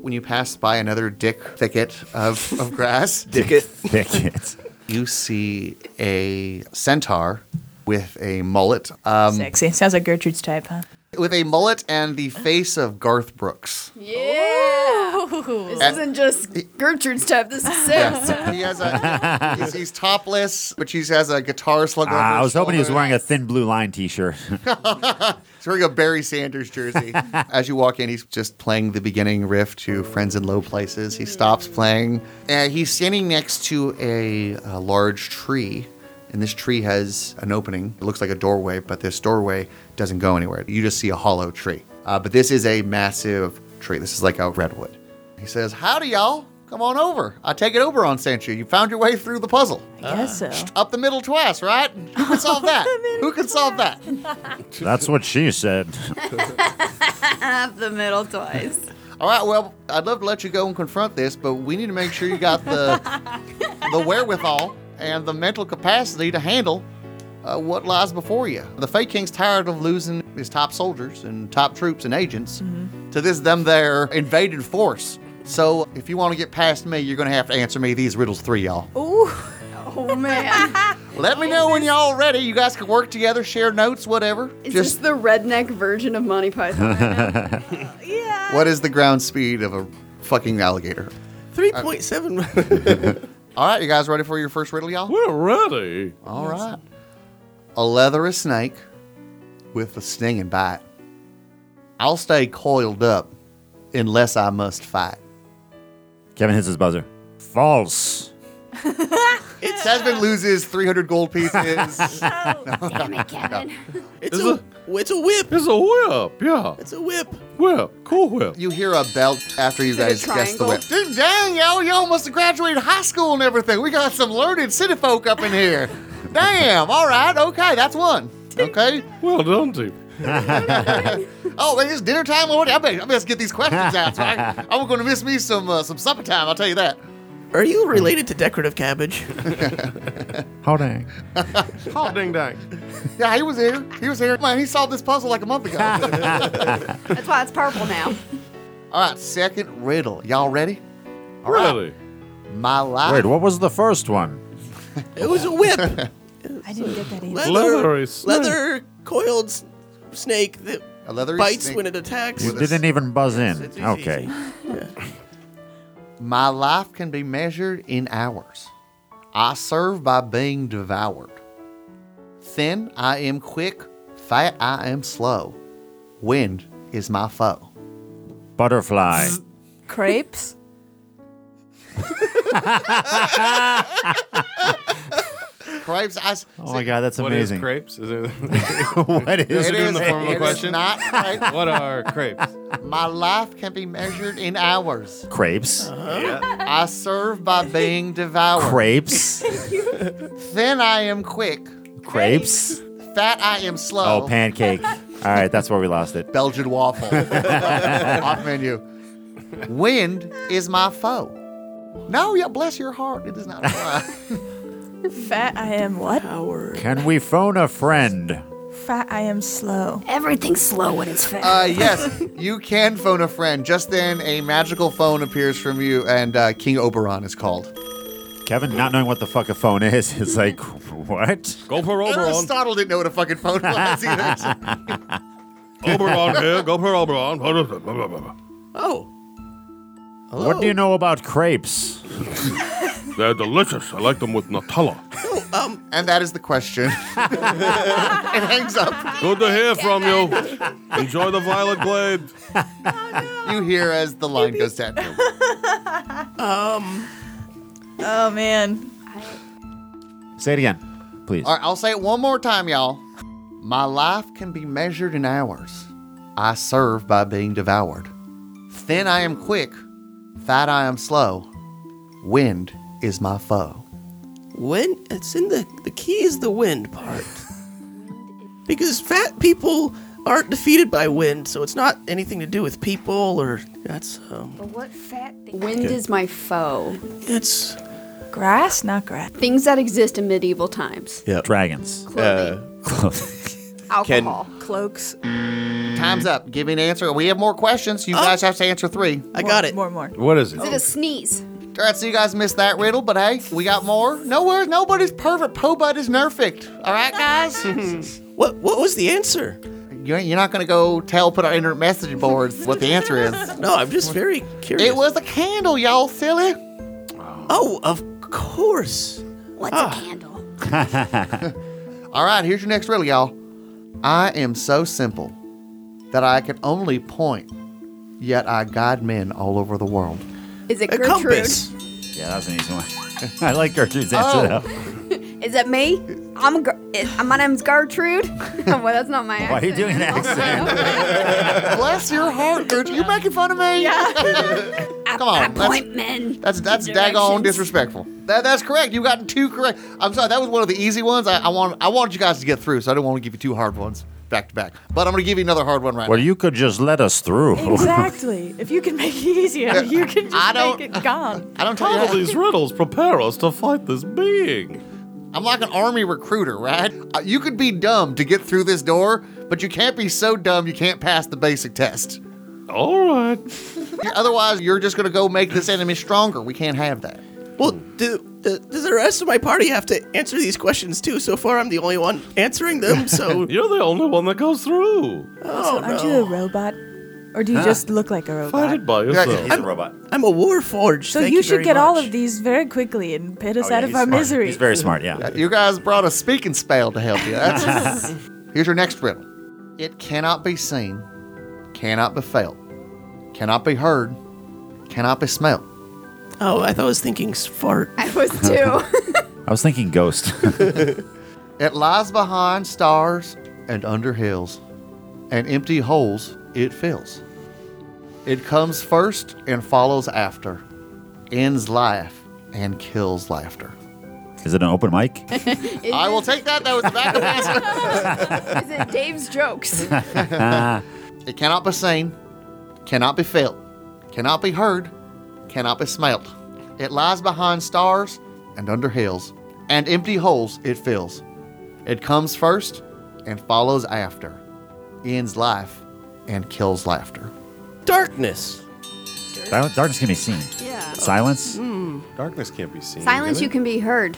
when you pass by another dick thicket of, of grass.
Dicket.
Thicket.
You see a centaur with a mullet. Um,
Sexy. Sounds like Gertrude's type, huh?
with a mullet and the face of Garth Brooks.
Yeah. Oh. This
And-
isn't just Gertrude's type. This is Sam's type.
He has a. He's, he's topless, but he has a guitar slung
Ah,
over his
I was hoping he was
shoulder.
wearing a thin blue line T-shirt.
He's wearing a Barry Sanders jersey. As you walk in, he's just playing the beginning riff to Friends in Low Places. He stops playing. And he's standing next to a, a large tree. And this tree has an opening. It looks like a doorway, but this doorway doesn't go anywhere. You just see a hollow tree. Uh, but this is a massive tree. This is like a redwood. He says, Howdy, y'all. Come on over. I take it over on sent you. You found your way through the puzzle. Ah.
I guess so.
Up the middle twice, right? Who can solve that? Who can solve that?
That's what she said.
Up the middle twice.
All right, well, I'd love to let you go and confront this, but we need to make sure you got the the wherewithal and the mental capacity to handle uh, what lies before you. The Fake King's tired of losing his top soldiers and top troops and agents to this them their invaded force. So if you want to get past me, you're going to have to answer me these riddles three, y'all.
Ooh. Oh man.
Let me know when y'all ready. You guys can work together, share notes, whatever.
Is this the redneck version of Monty Python?
What is the ground speed of a fucking alligator? Uh,
3.7.
All right, you guys ready for your first riddle, y'all?
We're ready.
All right. A leathery snake with a stinging bite. I'll stay coiled up unless I must fight.
Kevin hits his buzzer. False.
It's Tasman loses 300 gold pieces.
Oh,
Damn it, Kevin. It's,
Is
a, it's a whip.
It's a whip, yeah.
It's a whip.
Whip, cool whip.
You hear a belt after you
Is it a
guys guess the
triangle?
whip. Dude, dang, y'all, y'all must have graduated high school and everything. We got some learned city folk up in here. Damn, all right, okay, that's one. Okay.
Well done, team.
oh, man, it's dinner time already. I bet I best get these questions out. Right? I'm going to miss me some uh, some supper time. I'll tell you that.
Are you related to decorative cabbage?
How dang.
oh, ding dang. Yeah, he was here. He was here. Man, he solved this puzzle like a month ago.
That's why it's purple now.
All right, second riddle. Y'all ready? All right.
Really?
My life.
Wait, what was the first one?
It was a whip.
I didn't get that
Leather,
Leathery snake.
leather coiled s- snake that
a leathery
bites
snake
when it attacks.
You didn't even buzz in. Okay.
My life can be measured in hours. I serve by being devoured. Thin I am quick, fat I am slow. Wind is my foe.
Butterfly.
Crepes?
Crepes. I, s-
Oh my God, that's
What is
amazing.
crepes? Is it?
what is
it in the form of a
it
question?
is not crepes.
what are crepes?
My life can be measured in hours.
Crepes.
Uh-huh.
I serve by being devoured.
Crepes.
Thin I am quick,
Crepes.
fat I am slow.
Oh, pancake. All right, that's where we lost it.
Belgian waffle. Off menu. Wind is my foe. No, yeah, bless your heart. It is not fly.
Fat I am what?
Can we phone a friend?
Fat I am slow.
Everything's slow when it's fat.
Uh, yes, you can phone a friend. Just then, a magical phone appears from you, and uh, King Oberon is called.
Kevin, not knowing what the fuck a phone is, is like, what?
Go for Oberon.
Aristotle didn't know what a fucking phone was either. so-
Oberon here. Go for Oberon.
Oh.
What do you know about crepes?
They're delicious. I like them with Nutella.
and that is the question. Um, it hangs up.
Good to hear from you. Enjoy the violet blade.
You hear as the line goes down.
Um. Oh man.
Say it again, please.
All right, I'll say it one more time, y'all. My life can be measured in hours. I serve by being devoured. Thin I am quick, fat I am slow. Wind is my foe.
When it's in the the key is the wind part. Because fat people aren't defeated by wind, so it's not anything to do with people or that's um
But what fat thing? Wind is my foe.
It's
grass, not grass.
Things that exist in medieval times.
Yeah. Dragons.
Clothing.
Uh,
Alcohol.
Cloaks.
Time's up. Give me an answer. We have more questions. You guys have to answer three.
Oh. I got it.
More, more.
What is
All
Is it a sneeze?
right, so you guys missed that riddle, but hey, we got more. No worries. Nobody's perfect. Pobud is nerfect. All right, guys?
what what was the answer?
you ain't- you're not gonna go tell, put on internet message boards what the answer is.
No, I'm just very curious.
It was a candle, y'all silly.
Oh, of course. Ah.
What's a candle?
All right, here's your next riddle, y'all. I am so simple that I can only point, yet I guide men all over the world.
Is it
A
Gertrude?
compass.
Yeah, that was an easy one. I like Gertrude's answer,
Oh.
though.
Is it me? I'm Ger- is- uh, my name's Gertrude. well, that's not my
Why are
accent.
you doing that accent?
Bless your heart, Gertrude. You're making fun of me. Come on. that's-
Appointment.
That's that's daggone disrespectful. That that's correct. You've gotten two correct. I'm sorry, that was one of the easy ones. I, I want I wanted you guys to get through, so I didn't want to give you two hard ones back to back. But I'm gonna give you another hard one right
Well, you could just let us through.
Exactly. If you can make it easier, you can just
I don't-
make it gone.
now. I don't tell
All
you.
these riddles prepare us to fight this being.
I'm like an army recruiter, right? Uh, you could be dumb to get through this door, but you can't be so dumb you can't pass the basic test.
All right.
Otherwise, you're just gonna go make this enemy stronger. We can't have that.
Well, do, do, does the rest of my party have to answer these questions too? So far, I'm the only one answering them. So
You're the only one that goes through.
Oh,
aren't you a robot? Or do you
Huh?
just look like a robot?
Fight it by yourself.
He's a robot.
I'm a warforged.
So you, should get all of these very quickly and pit us
Oh, yeah,
out of
he's
our
smart.
misery.
He's very smart,
yeah.
You guys brought a speaking spell to help you. That's- Here's your next riddle. It cannot be seen, cannot be felt, cannot be heard, cannot be smelled.
Oh, I thought I was thinking fart.
I was too.
I was thinking ghost.
it lies behind stars and under hills, and empty holes it fills. It comes first and follows after, ends life and kills laughter.
Is it an open mic?
I will take that. That was the back of
answer. Is it Dave's jokes?
it cannot be seen, cannot be felt, cannot be heard, cannot be smelt. It lies behind stars and under hills, and empty holes it fills. It comes first and follows after, ends life and kills laughter.
Darkness.
Dark- Darkness can be seen.
Yeah. Hmm.
Silence.
Darkness can't be seen.
Silence, you can be heard.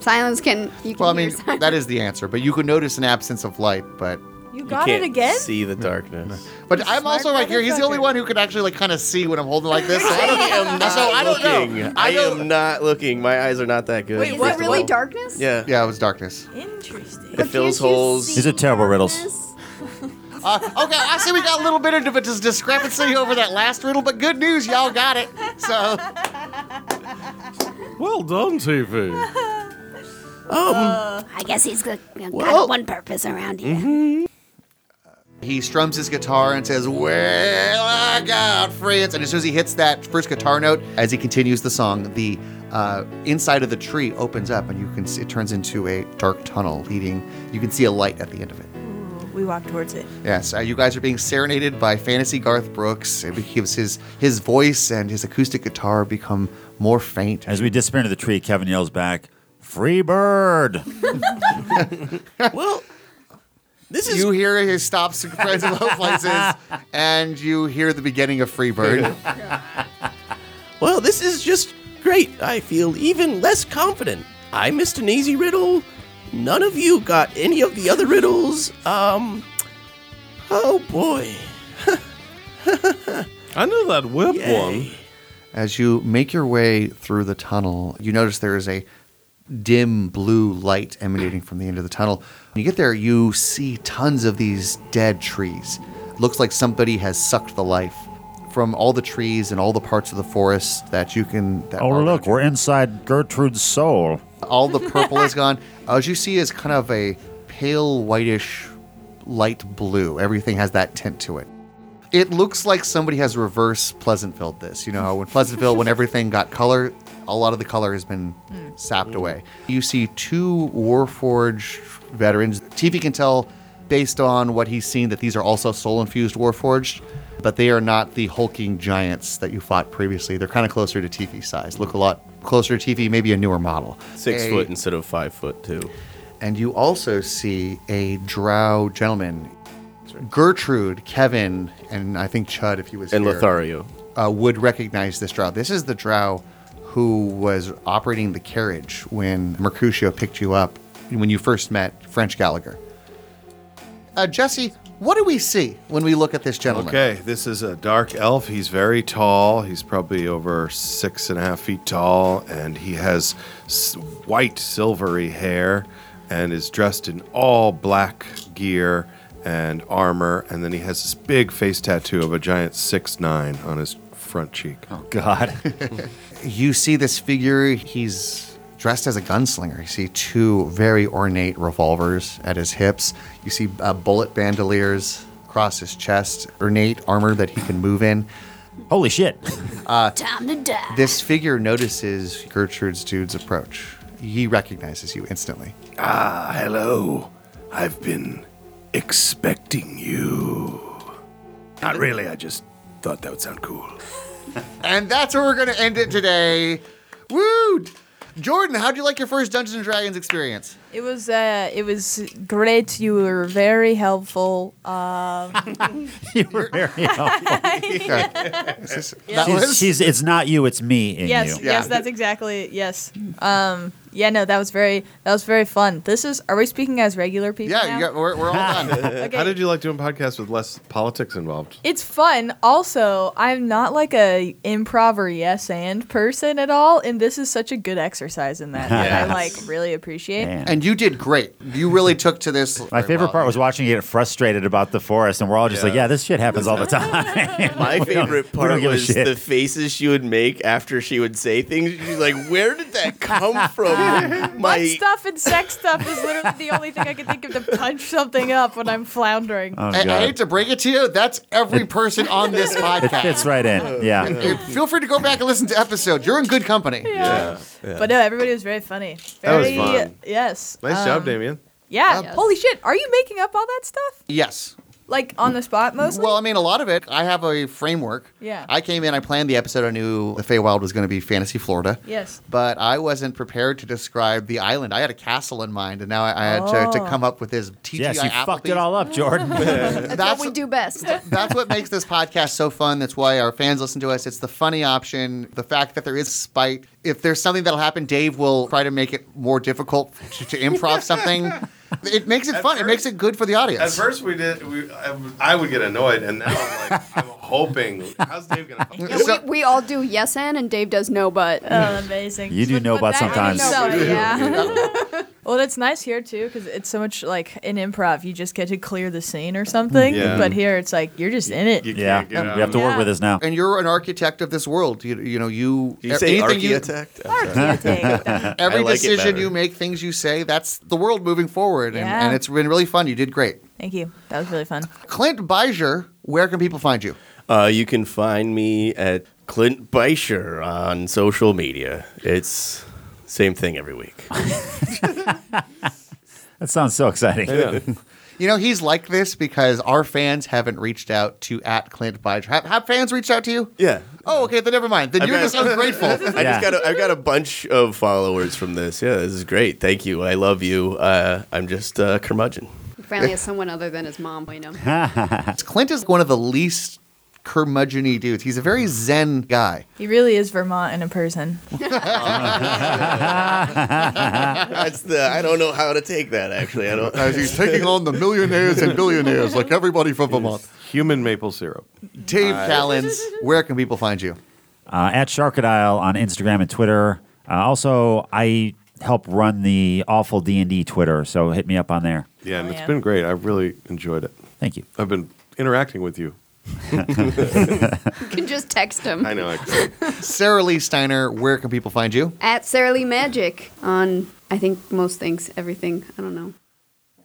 Silence can you can
Well, I
hear
mean,
silence.
that is the answer, but you could notice an absence of light, but.
You got it again?
See the darkness.
But I'm also right here. He's the only one who can actually like kind of see when I'm holding like this. So I don't,
am
so I don't
looking.
know.
I,
I don't.
am not looking. My eyes are not that good.
Wait, is
first
it
of
really
all.
darkness?
Yeah.
Yeah, it was darkness.
Interesting.
It fills holes.
These are terrible riddles.
Uh, okay, I see we got a little bit of a dis- discrepancy over that last riddle, but good news, y'all got it. So,
Well done, TV.
Oh.
I guess he's got got
Well-
one purpose around here.
Mm-hmm. He strums his guitar and says, Well, I got friends. And as soon as he hits that first guitar note, as he continues the song, the uh, inside of the tree opens up and you can see it turns into a dark tunnel leading. You can see a light at the end of it.
We walk towards it.
Yes, uh, you guys are being serenaded by fantasy Garth Brooks. It becomes his, his voice and his acoustic guitar become more faint.
As we disappear into the tree, Kevin yells back, "Free bird!"
well, this
is. You hear his stops and friends in low places, and you hear the beginning of Freebird.
Well, this is just great. I feel even less confident. I missed an easy riddle. None of you got any of the other riddles. Um, oh boy.
I know that whip one.
As you make your way through the tunnel, you notice there is a dim blue light emanating from the end of the tunnel. When you get there, you see tons of these dead trees. Looks like somebody has sucked the life from all the trees and all the parts of the forest that you can. That
Oh, look, we're inside Gertrude's soul.
all the purple is gone. As you see, is kind of a pale whitish, light blue. Everything has that tint to it. It looks like somebody has reverse Pleasantville this. You know, how when Pleasantville, when everything got color, a lot of the color has been sapped away. You see two Warforged veterans. TV can tell based on what he's seen that these are also soul infused Warforged, but they are not the hulking giants that you fought previously. They're kind of closer to TV size, look a lot closer to TV, maybe a newer model.
Six
A-
foot instead of five foot two.
and you also see a drow gentleman. Gertrude, Kevin, and I think Chud, if he was
And
here,
Lothario.
uh, would recognize this drow. This is the drow who was operating the carriage when Mercutio picked you up when you first met French Gallagher. Uh, Jesse, What do we see when we look at this gentleman?
Okay, this is a dark elf. He's very tall. He's probably over six and a half feet tall, and he has s- white, silvery hair and is dressed in all black gear and armor. And then he has this big face tattoo of a giant six nine on his front cheek. Oh,
God. you see this figure, he's dressed as a gunslinger. You see two very ornate revolvers at his hips. You see uh, bullet bandoliers across his chest, ornate armor that he can move in.
Holy shit.
Uh,
Time to die.
this figure notices Gertrude's dude's approach. He recognizes you instantly.
Ah, hello. I've been expecting you. Not really, I just thought that would sound cool.
And that's where we're going to end it today. Woo! Jordan, how'd you like your first Dungeons and Dragons experience?
It was uh, it was great. You were very helpful. Um,
you were very helpful.
That
she's,
was-
she's- it's not you, it's me in
yes,
you.
yes, that's exactly yes. Um, yeah, no, that was very that was very fun. This is are we speaking as regular people? now? Okay.
How did you like doing podcasts with less politics involved?
It's fun. Also, I'm not like a improv or yes and person at all, and this is such a good exercise in that that I like
Yes.
really appreciate.
And you did great. You really took to this.
My favorite part was watching you get frustrated about the forest, and we're all just like, yeah, this shit happens all the time.
My
We don't-
favorite
we don't
part
give a
was
shit.
the faces she would make after she would say things. She's like, "Where did that come from?"
Butt
My
stuff and sex stuff is literally the only thing I can think of to punch something up when I'm floundering.
Oh,
I, I
God.
hate to break it to you. That's every person on this
It
podcast.
fits right in.
And-
Yeah.
and feel free to go back and listen to episode. You're in good company.
Yeah. But no, everybody was very funny.
That was
Very,
fun.
Yes. um,
Damien.
Yeah. Holy shit. Are you making up all that stuff?
Yes.
Like on the spot mostly?
Well, I mean, a lot of it. I have a framework.
Yeah.
I came in, I planned the episode. I knew the Feywild was going to be fantasy Florida.
Yes.
But I wasn't prepared to describe the island. I had a castle in mind, and now I, I had to,
Oh.
to come up with this TGI
Yes, you fucked it all up, Jordan.
That's,
That's-
what we do best.
That's what makes this podcast so fun. That's why our fans listen to us. It's the funny option. The fact that there is spite. If there's something that'll happen, Dave will try to make it more difficult to, to improv something. It makes it fun. it makes it good for the audience.
At first, we did. We, I, I would get annoyed, and now I'm like, I'm hoping. How's Dave gonna? Fuck
Yeah, we, we all do yes and, and Dave does no but.
Oh, amazing.
You do know about sometimes.
So, yeah. well, that's nice here too because it's so much like in improv, you just get to clear the scene or something.
Yeah.
But here, it's like you're just in it.
Yeah. We have to work with us now.
And you're an architect of this world. You, you know, you.
you say architect?
Architect. Every
I like it
decision
better.
you make, things you say, that's the world moving forward. And,
Yeah.
and it's been really fun. You did great.
Thank you. That was really fun.
Clint Beiser, where can people find you?
Uh, you can find me at Clint Beischer on social media. It's same thing every week.
That sounds so exciting.
You know, he's like this because our fans haven't reached out to at Clint Beiser. Have, have fans reached out to you?
Yeah.
Oh, okay. Then never mind. Then
I've
you're
got-
just ungrateful.
I just got a, I've got a bunch of followers from this. Yeah, this is great. Thank you. I love you. Uh, I'm just uh, curmudgeon.
He Finally, has someone other than his mom, we know.
Clint is one of the least curmudgeon-y dudes. He's a very zen guy.
He really is Vermont in a person.
That's the I don't know how to take that actually. I don't.
As he's taking on the millionaires and billionaires like everybody from Vermont.
Human maple syrup.
Dave
Uh,
Callens, where can people find you?
uh, at Sharkadile on Instagram and Twitter. Uh, also, I help run the awful D and D Twitter, so hit me up on there.
Yeah, and
Oh,
it's
yeah.
been great. I really enjoyed it.
Thank you.
I've been interacting with you.
You can just text him.
Sarah Lee Steiner, where can people find you?
At Sarah Lee Magic on, I think, most things, everything. I don't know.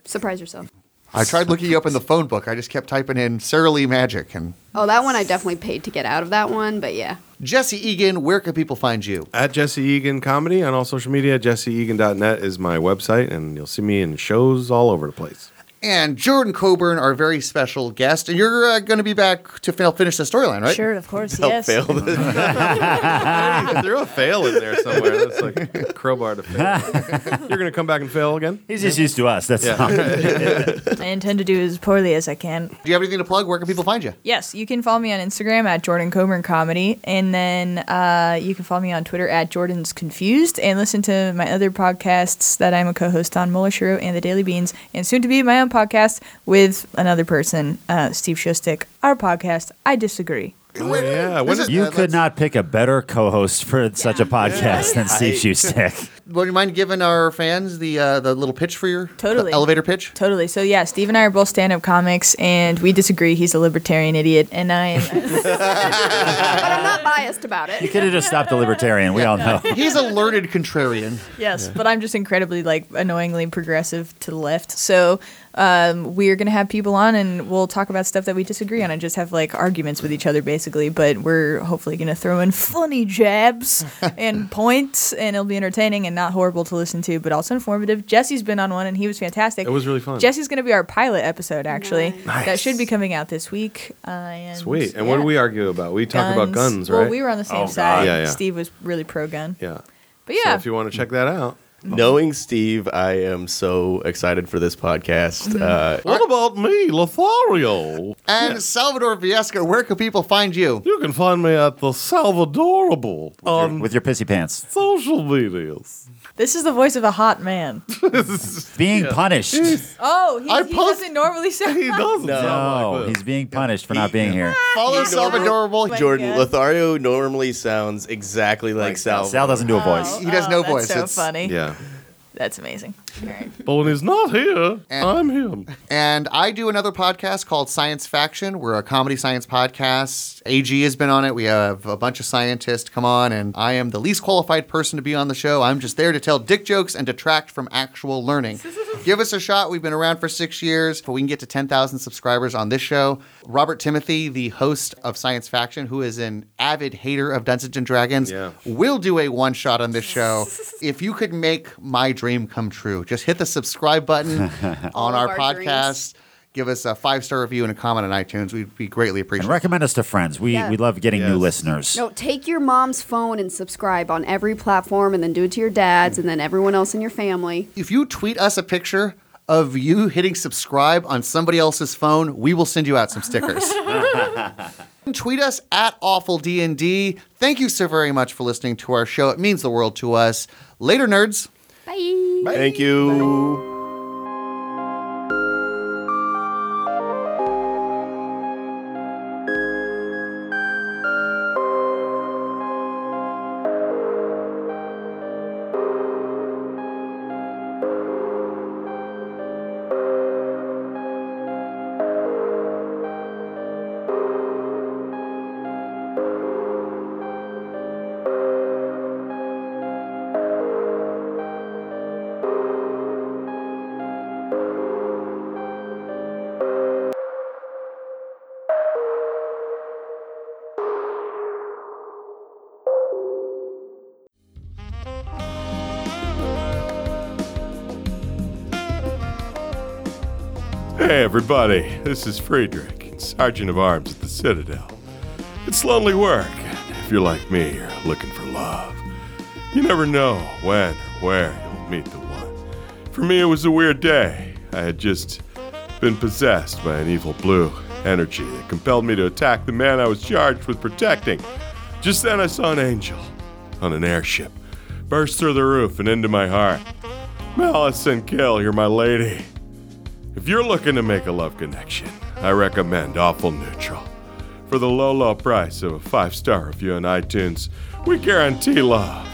Surprise yourself.
I tried looking you up in the phone book. I just kept typing in Sarah Lee Magic. And
Oh, that one I definitely paid to get out of that one, but yeah.
Jesse Egan, where can people find you?
At Jesse Egan Comedy on all social media. JesseEgan.net is my website, and you'll see me in shows all over the place.
and Jordan Coburn, our very special guest. And you're uh, going to be back to fin- finish the storyline, right?
Sure, of course, They'll yes. fail
Throw a fail in there somewhere. That's like a crowbar to fail. You're gonna come back and fail again.
He's just used to us. That's
I intend to do as poorly as I can.
Do you have anything to plug? Where can people find you?
Yes, you can follow me on Instagram at Jordan Coburn Comedy, and then uh, you can follow me on Twitter at Jordan's Confused, and listen to my other podcasts that I'm a co-host on, Muller Shiro and The Daily Beans, and soon to be my own Count podcast with another person, uh, Steve Shostak. Our podcast, I disagree.
yeah, you could not pick a better co-host for such a podcast than Steve
I-
Shoestick.
Would you mind giving our fans the uh, the little pitch for your
Totally.
the elevator pitch?
Totally. So yeah, Steve and I are both stand-up comics, and we disagree. He's a libertarian idiot, and I am.
but I'm not biased about it.
You could have just stopped the libertarian. We all know.
He's a learned contrarian.
yes, but I'm just incredibly like annoyingly progressive to the left. So um, we're gonna have people on, and we'll talk about stuff that we disagree on, and just have like arguments with each other, basically. But we're hopefully gonna throw in funny jabs and points, and it'll be entertaining and not horrible to listen to, but also informative. Jesse's been on one, and he was fantastic.
It was really fun.
Jesse's gonna be our pilot episode, actually.
Nice.
That should be coming out this week. Uh, and
Sweet. And what
yeah.
do we argue about? We talk about guns, right? Oh,
Well, we were on the same side.
Yeah, yeah.
Steve was really pro gun.
Yeah.
But yeah.
if you want to check that out.
Knowing Steve, I am so excited for this
Mm-hmm.
podcast. Uh,
What about me, Lothario?
And Salvador Viesca, where can people find you?
You can find me at the Salvadorable on
with your pissy pants.
social medias.
This is the voice of a hot man.
Being punished.
Oh, he, he doesn't normally sound. He
doesn't.
No, he's being punished for not being here.
Follow
Salvadorable.
Salvadorable.
uh,
Jordan Lothario normally sounds exactly like, Sal.
Sal doesn't do a voice.
He does no
Oh, that's
voice.
so funny.
Yeah.
That's amazing.
But when he's not here, I'm him.
And I do another podcast called Science Faction. We're a comedy science podcast. AG has been on it. We have a bunch of scientists come on, and I am the least qualified person to be on the show. I'm just there to tell dick jokes and detract from actual learning. Give us a shot. We've been around for six years. If we can get to 10,000 subscribers on this show, Robert Timothy, the host of Science Faction, who is an avid hater of Dungeons and Dragons, will do a one shot on this show. if you could make my dream come true, just hit the subscribe button on our,
of our
podcast. Give us a five star review and a comment on iTunes. We'd be greatly
And
appreciated.
recommend us to friends. We
Yeah.
we love getting new listeners.
No, take your mom's phone and subscribe on every platform, and then do it to your dad's, and then everyone else in your family.
If you tweet us a picture of you hitting subscribe on somebody else's phone, we will send you out some stickers. Tweet us at awful D and D. Thank you so very much for listening to our show. It means the world to us. Later, nerds.
Bye.
Thank you.
Hey, everybody, this is Friedrich, Sergeant of Arms at the Citadel. It's lonely work. If you're like me, you're looking for love. You never know when or where you'll meet the one. For me, it was a weird day. I had just been possessed by an evil blue energy that compelled me to attack the man I was charged with protecting. Just then, I saw an angel on an airship burst through the roof and into my heart. Malice and kill, you're my lady. If you're looking to make a love connection, I recommend Awful Neutral. For the low, low price of a five star review on iTunes, we guarantee love.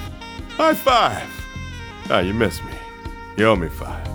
High five! Ah, you missed me. You owe me five.